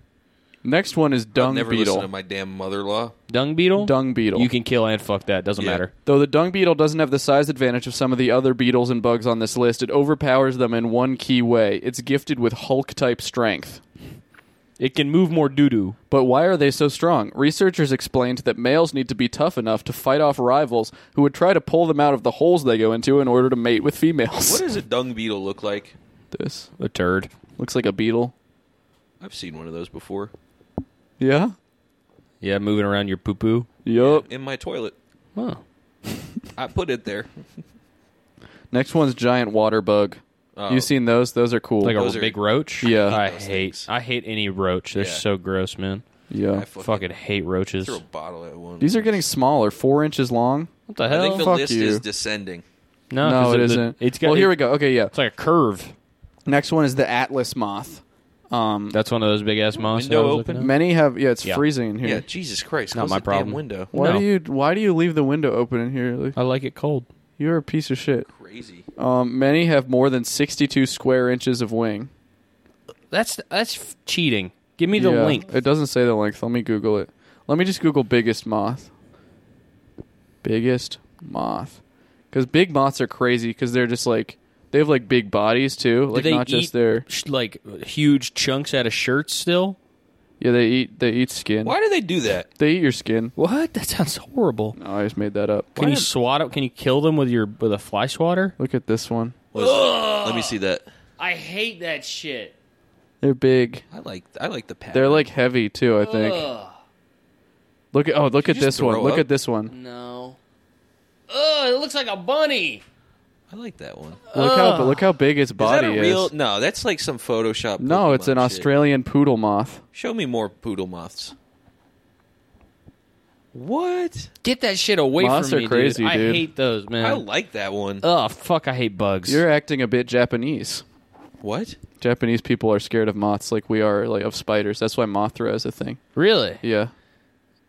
Speaker 5: Next one is dung
Speaker 4: I'd never listen to
Speaker 5: beetle.
Speaker 4: my damn mother-in-law.
Speaker 9: Dung beetle.
Speaker 5: Dung beetle.
Speaker 9: You can kill and fuck that. Doesn't
Speaker 4: Yeah.
Speaker 9: matter.
Speaker 5: Though the dung beetle doesn't have the size advantage of some of the other beetles and bugs on this list, it overpowers them in one key way. It's gifted with Hulk type strength.
Speaker 9: It can move more doo doo.
Speaker 5: But why are they so strong? Researchers explained that males need to be tough enough to fight off rivals who would try to pull them out of the holes they go into in order to mate with females.
Speaker 4: What does a dung beetle look like?
Speaker 5: this?
Speaker 9: A turd.
Speaker 5: Looks like a beetle.
Speaker 4: I've seen one of those before
Speaker 5: Yeah.
Speaker 9: Yeah, moving around your poo poo.
Speaker 5: Yup.
Speaker 4: in my toilet.
Speaker 9: Oh.
Speaker 4: I put it there.
Speaker 5: Next one's giant water bug.
Speaker 4: Oh.
Speaker 5: you seen those? Those are cool.
Speaker 9: Like
Speaker 4: Those
Speaker 9: a
Speaker 4: are-
Speaker 9: big roach.
Speaker 5: Yeah.
Speaker 9: I
Speaker 4: Those
Speaker 9: hate.
Speaker 4: things.
Speaker 9: I hate any roach. They're
Speaker 4: Yeah.
Speaker 9: so gross, man.
Speaker 5: yeah.
Speaker 4: I fucking,
Speaker 9: Fucking hate roaches.
Speaker 4: threw a bottle at one.
Speaker 5: These are getting smaller, four inches long.
Speaker 9: What the
Speaker 4: I
Speaker 9: hell?
Speaker 4: think the
Speaker 5: fuck
Speaker 4: list
Speaker 5: you.
Speaker 4: is descending.
Speaker 9: no,
Speaker 5: no,
Speaker 9: Oh, 'cause
Speaker 5: it
Speaker 9: the-
Speaker 5: isn't.
Speaker 9: It's got.
Speaker 5: well, here we
Speaker 9: it-
Speaker 5: go. Okay, yeah.
Speaker 9: It's like a curve.
Speaker 5: Next one is the atlas moth. Um,
Speaker 9: That's one of those big ass moths. that I
Speaker 4: Window
Speaker 9: was looking
Speaker 4: open.
Speaker 9: at.
Speaker 5: many have yeah. It's
Speaker 9: Yeah.
Speaker 5: freezing in here.
Speaker 4: Yeah, Jesus Christ!
Speaker 9: Not
Speaker 4: close
Speaker 9: my
Speaker 4: the damn
Speaker 9: problem.
Speaker 4: window.
Speaker 5: Why
Speaker 9: No.
Speaker 5: do you Why do you leave the window open in here? Like,
Speaker 9: I like it cold.
Speaker 5: You're a piece of shit.
Speaker 4: Crazy.
Speaker 5: Um, many have more than 62 square inches of wing.
Speaker 9: That's that's f- cheating. Give me the
Speaker 5: Yeah,
Speaker 9: length.
Speaker 5: It doesn't say the length. Let me Google it. Let me just Google biggest moth. Biggest moth. Because big moths are crazy because they're just like They have like big bodies too, like
Speaker 9: they
Speaker 5: not
Speaker 9: eat
Speaker 5: just their.
Speaker 9: sh- like huge chunks out of shirts still?
Speaker 5: Yeah, they eat they eat skin.
Speaker 4: Why do they do that?
Speaker 5: They eat your skin.
Speaker 9: What? That sounds horrible.
Speaker 5: No, I just made that up.
Speaker 9: Can you swat up? Can you kill them with your with a fly swatter?
Speaker 5: Look at this one.
Speaker 4: What is that? Let me see that.
Speaker 7: I hate that shit.
Speaker 5: They're big.
Speaker 4: I like I like the pattern.
Speaker 5: They're like heavy too. I think.
Speaker 7: Ugh.
Speaker 5: Look at oh look
Speaker 4: you
Speaker 5: at
Speaker 4: just
Speaker 5: this one.
Speaker 4: throw
Speaker 5: Look
Speaker 4: up?
Speaker 5: at this one.
Speaker 7: No. Ugh, it looks like a bunny.
Speaker 4: I like that one. Is
Speaker 5: Look how but look how big its
Speaker 4: that
Speaker 5: body
Speaker 4: a real?
Speaker 5: is.
Speaker 4: No, that's like some Photoshop.
Speaker 5: No, it's
Speaker 4: Pokemon
Speaker 5: an
Speaker 4: shit.
Speaker 5: Australian poodle moth.
Speaker 4: Show me more poodle moths. What?
Speaker 9: Get that shit away
Speaker 5: Moths
Speaker 9: from
Speaker 5: are
Speaker 9: me,
Speaker 5: crazy,
Speaker 9: I
Speaker 5: dude.
Speaker 9: hate those,
Speaker 4: I
Speaker 9: man.
Speaker 4: like that
Speaker 5: Uh,
Speaker 4: one.
Speaker 9: Oh fuck, I hate bugs.
Speaker 5: You're acting a bit Japanese.
Speaker 4: what?
Speaker 5: Japanese people are scared of moths, like we are like of spiders. That's why Mothra is a thing.
Speaker 9: really?
Speaker 5: Yeah.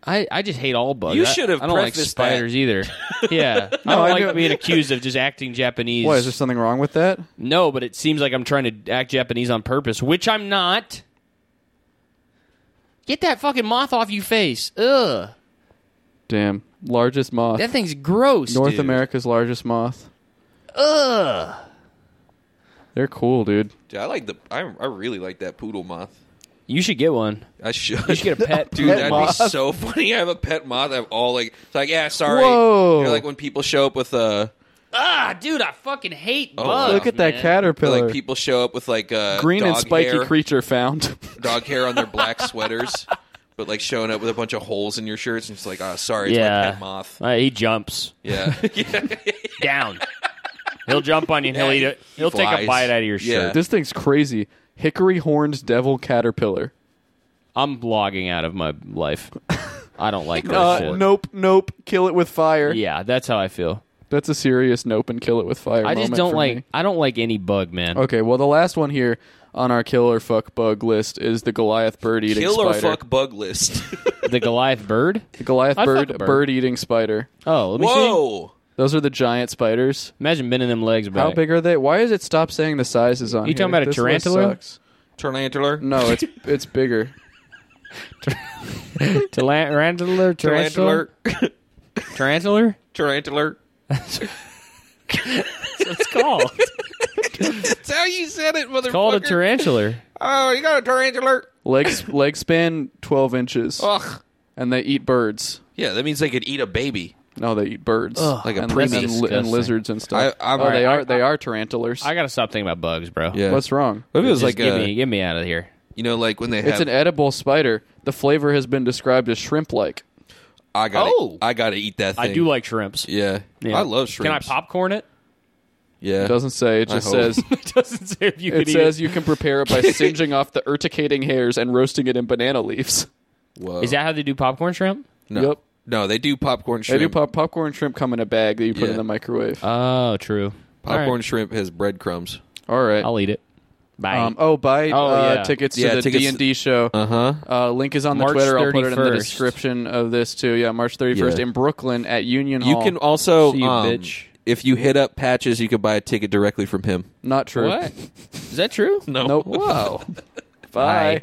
Speaker 9: I, I just hate all bugs.
Speaker 4: You
Speaker 9: I-
Speaker 4: should have
Speaker 9: I don't like
Speaker 4: prefaced
Speaker 9: spiders either. Yeah, I don't
Speaker 5: I
Speaker 9: like
Speaker 5: knew-
Speaker 9: being accused of just acting Japanese.
Speaker 5: Why is there something wrong with that?
Speaker 9: No, but it seems like I'm trying to act Japanese on purpose, which I'm not. Get that fucking moth off your face. Ugh.
Speaker 5: Damn, largest moth.
Speaker 9: That thing's gross.
Speaker 5: North
Speaker 9: dude.
Speaker 5: America's largest moth.
Speaker 9: Ugh.
Speaker 5: They're cool, dude.
Speaker 4: Dude, I like the. I, I really like that poodle moth.
Speaker 9: You should get one.
Speaker 4: I should.
Speaker 9: You should get a pet.
Speaker 4: Dude,
Speaker 5: Pet
Speaker 4: that'd
Speaker 5: moth.
Speaker 4: be so funny. I have a pet moth. I'm all like, it's like, yeah, sorry.
Speaker 5: Whoa.
Speaker 4: You know, like when people show up with uh,
Speaker 7: Ah, dude, I fucking hate
Speaker 4: Oh,
Speaker 7: bugs.
Speaker 4: look
Speaker 5: Look at that
Speaker 7: man.
Speaker 5: caterpillar.
Speaker 4: like people show up with like uh,
Speaker 5: Green and
Speaker 4: dog
Speaker 5: spiky
Speaker 4: hair,
Speaker 5: creature found.
Speaker 4: dog hair on their black sweaters, but like showing up with a bunch of holes in your shirts and it's like, oh, sorry, it's my
Speaker 9: yeah.
Speaker 4: pet moth.
Speaker 9: Uh, he jumps
Speaker 4: Yeah,
Speaker 9: down. he'll jump on you and he'll
Speaker 4: Yeah,
Speaker 9: eat
Speaker 4: he-
Speaker 9: it. He'll
Speaker 4: he
Speaker 9: take a
Speaker 4: flies.
Speaker 9: bite out of your shirt.
Speaker 4: Yeah.
Speaker 5: this thing's crazy. Hickory horned devil caterpillar.
Speaker 9: I'm logging out of my life. I don't like that
Speaker 5: Uh,
Speaker 9: shit.
Speaker 5: nope, nope. Kill it with fire.
Speaker 9: Yeah, that's how I feel.
Speaker 5: That's a serious nope and kill it with fire.
Speaker 9: I just
Speaker 5: moment
Speaker 9: don't
Speaker 5: for
Speaker 9: like.
Speaker 5: me.
Speaker 9: I don't like any bug, man.
Speaker 5: Okay, well, the last one here on our kill or fuck bug list is the Goliath bird eating
Speaker 4: kill or
Speaker 5: spider.
Speaker 4: fuck bug list.
Speaker 9: The Goliath bird.
Speaker 5: The Goliath
Speaker 9: I'd fuck
Speaker 5: bird,
Speaker 9: a bird.
Speaker 5: bird eating spider.
Speaker 9: Oh, let me see.
Speaker 4: Whoa,
Speaker 5: Those are the giant spiders.
Speaker 9: Imagine bending them legs back.
Speaker 5: How big are they? Why does it stop saying the sizes on
Speaker 9: You talking about
Speaker 5: here?
Speaker 9: a
Speaker 5: This list
Speaker 9: tarantula?
Speaker 5: sucks.
Speaker 4: tarantula.
Speaker 5: No, it's it's bigger.
Speaker 9: Tarantula, tarantula,
Speaker 4: tarantula,
Speaker 9: tarantula.
Speaker 4: tarantula.
Speaker 9: It's called.
Speaker 4: That's how you said it, motherfucker.
Speaker 9: called a tarantula.
Speaker 4: Oh, you got a tarantula.
Speaker 5: Legs leg span twelve inches,
Speaker 9: Ah.
Speaker 4: Ugh.
Speaker 5: and they eat birds.
Speaker 4: Yeah, that means they could eat a baby.
Speaker 5: No, they eat birds,
Speaker 4: Like a
Speaker 5: and,
Speaker 4: preemie.
Speaker 5: and, li- and
Speaker 9: Disgusting.
Speaker 5: lizards and stuff.
Speaker 4: I- I'm-
Speaker 5: oh, they
Speaker 4: Alright,
Speaker 5: are they are tarantulas.
Speaker 9: I gotta stop thinking about bugs, bro.
Speaker 4: Yeah.
Speaker 5: What's wrong?
Speaker 4: What if it was
Speaker 9: Just
Speaker 4: like
Speaker 9: give
Speaker 4: a,
Speaker 9: me, get me out of here.
Speaker 4: you know, like when they
Speaker 5: It's
Speaker 4: have
Speaker 5: an edible spider. The flavor has been described as shrimp-like.
Speaker 4: I got to
Speaker 9: Oh.
Speaker 4: I got to eat that thing.
Speaker 9: I do like shrimps.
Speaker 4: Yeah.
Speaker 9: Yeah.
Speaker 4: I love shrimp.
Speaker 9: Can I popcorn it?
Speaker 4: Yeah.
Speaker 5: It doesn't say. It
Speaker 4: I
Speaker 5: just
Speaker 4: hope.
Speaker 5: says
Speaker 9: it doesn't say if you
Speaker 5: it
Speaker 9: can eat
Speaker 5: says you can prepare it by singeing off the urticating hairs and roasting it in banana leaves.
Speaker 4: Whoa.
Speaker 9: it. Is that how they do popcorn shrimp?
Speaker 4: No.
Speaker 5: Yep.
Speaker 4: No, they do popcorn
Speaker 5: They
Speaker 4: shrimp.
Speaker 5: do pop- popcorn shrimp come in a bag that you put
Speaker 4: Yeah.
Speaker 5: in the microwave.
Speaker 9: Oh, true. All right,
Speaker 4: popcorn shrimp has breadcrumbs.
Speaker 5: All right.
Speaker 9: I'll eat it. Bye.
Speaker 5: Um, oh, buy
Speaker 9: Oh,
Speaker 5: uh,
Speaker 9: yeah.
Speaker 5: tickets to
Speaker 4: Yeah,
Speaker 5: the
Speaker 4: tickets-
Speaker 5: D and D show.
Speaker 4: Uh-huh.
Speaker 5: Uh, link is on the
Speaker 9: March
Speaker 5: Twitter. I'll put it in the
Speaker 9: 31st.
Speaker 5: description of this too. Yeah, March thirty first
Speaker 4: Yeah.
Speaker 5: in Brooklyn at Union
Speaker 4: You
Speaker 5: Hall.
Speaker 4: can also
Speaker 9: Oh, See you,
Speaker 4: um,
Speaker 9: bitch.
Speaker 4: if you hit up Patches, you could buy a ticket directly from him.
Speaker 5: Not true.
Speaker 9: what? Is that true?
Speaker 4: No.
Speaker 5: Nope. Wow. Bye.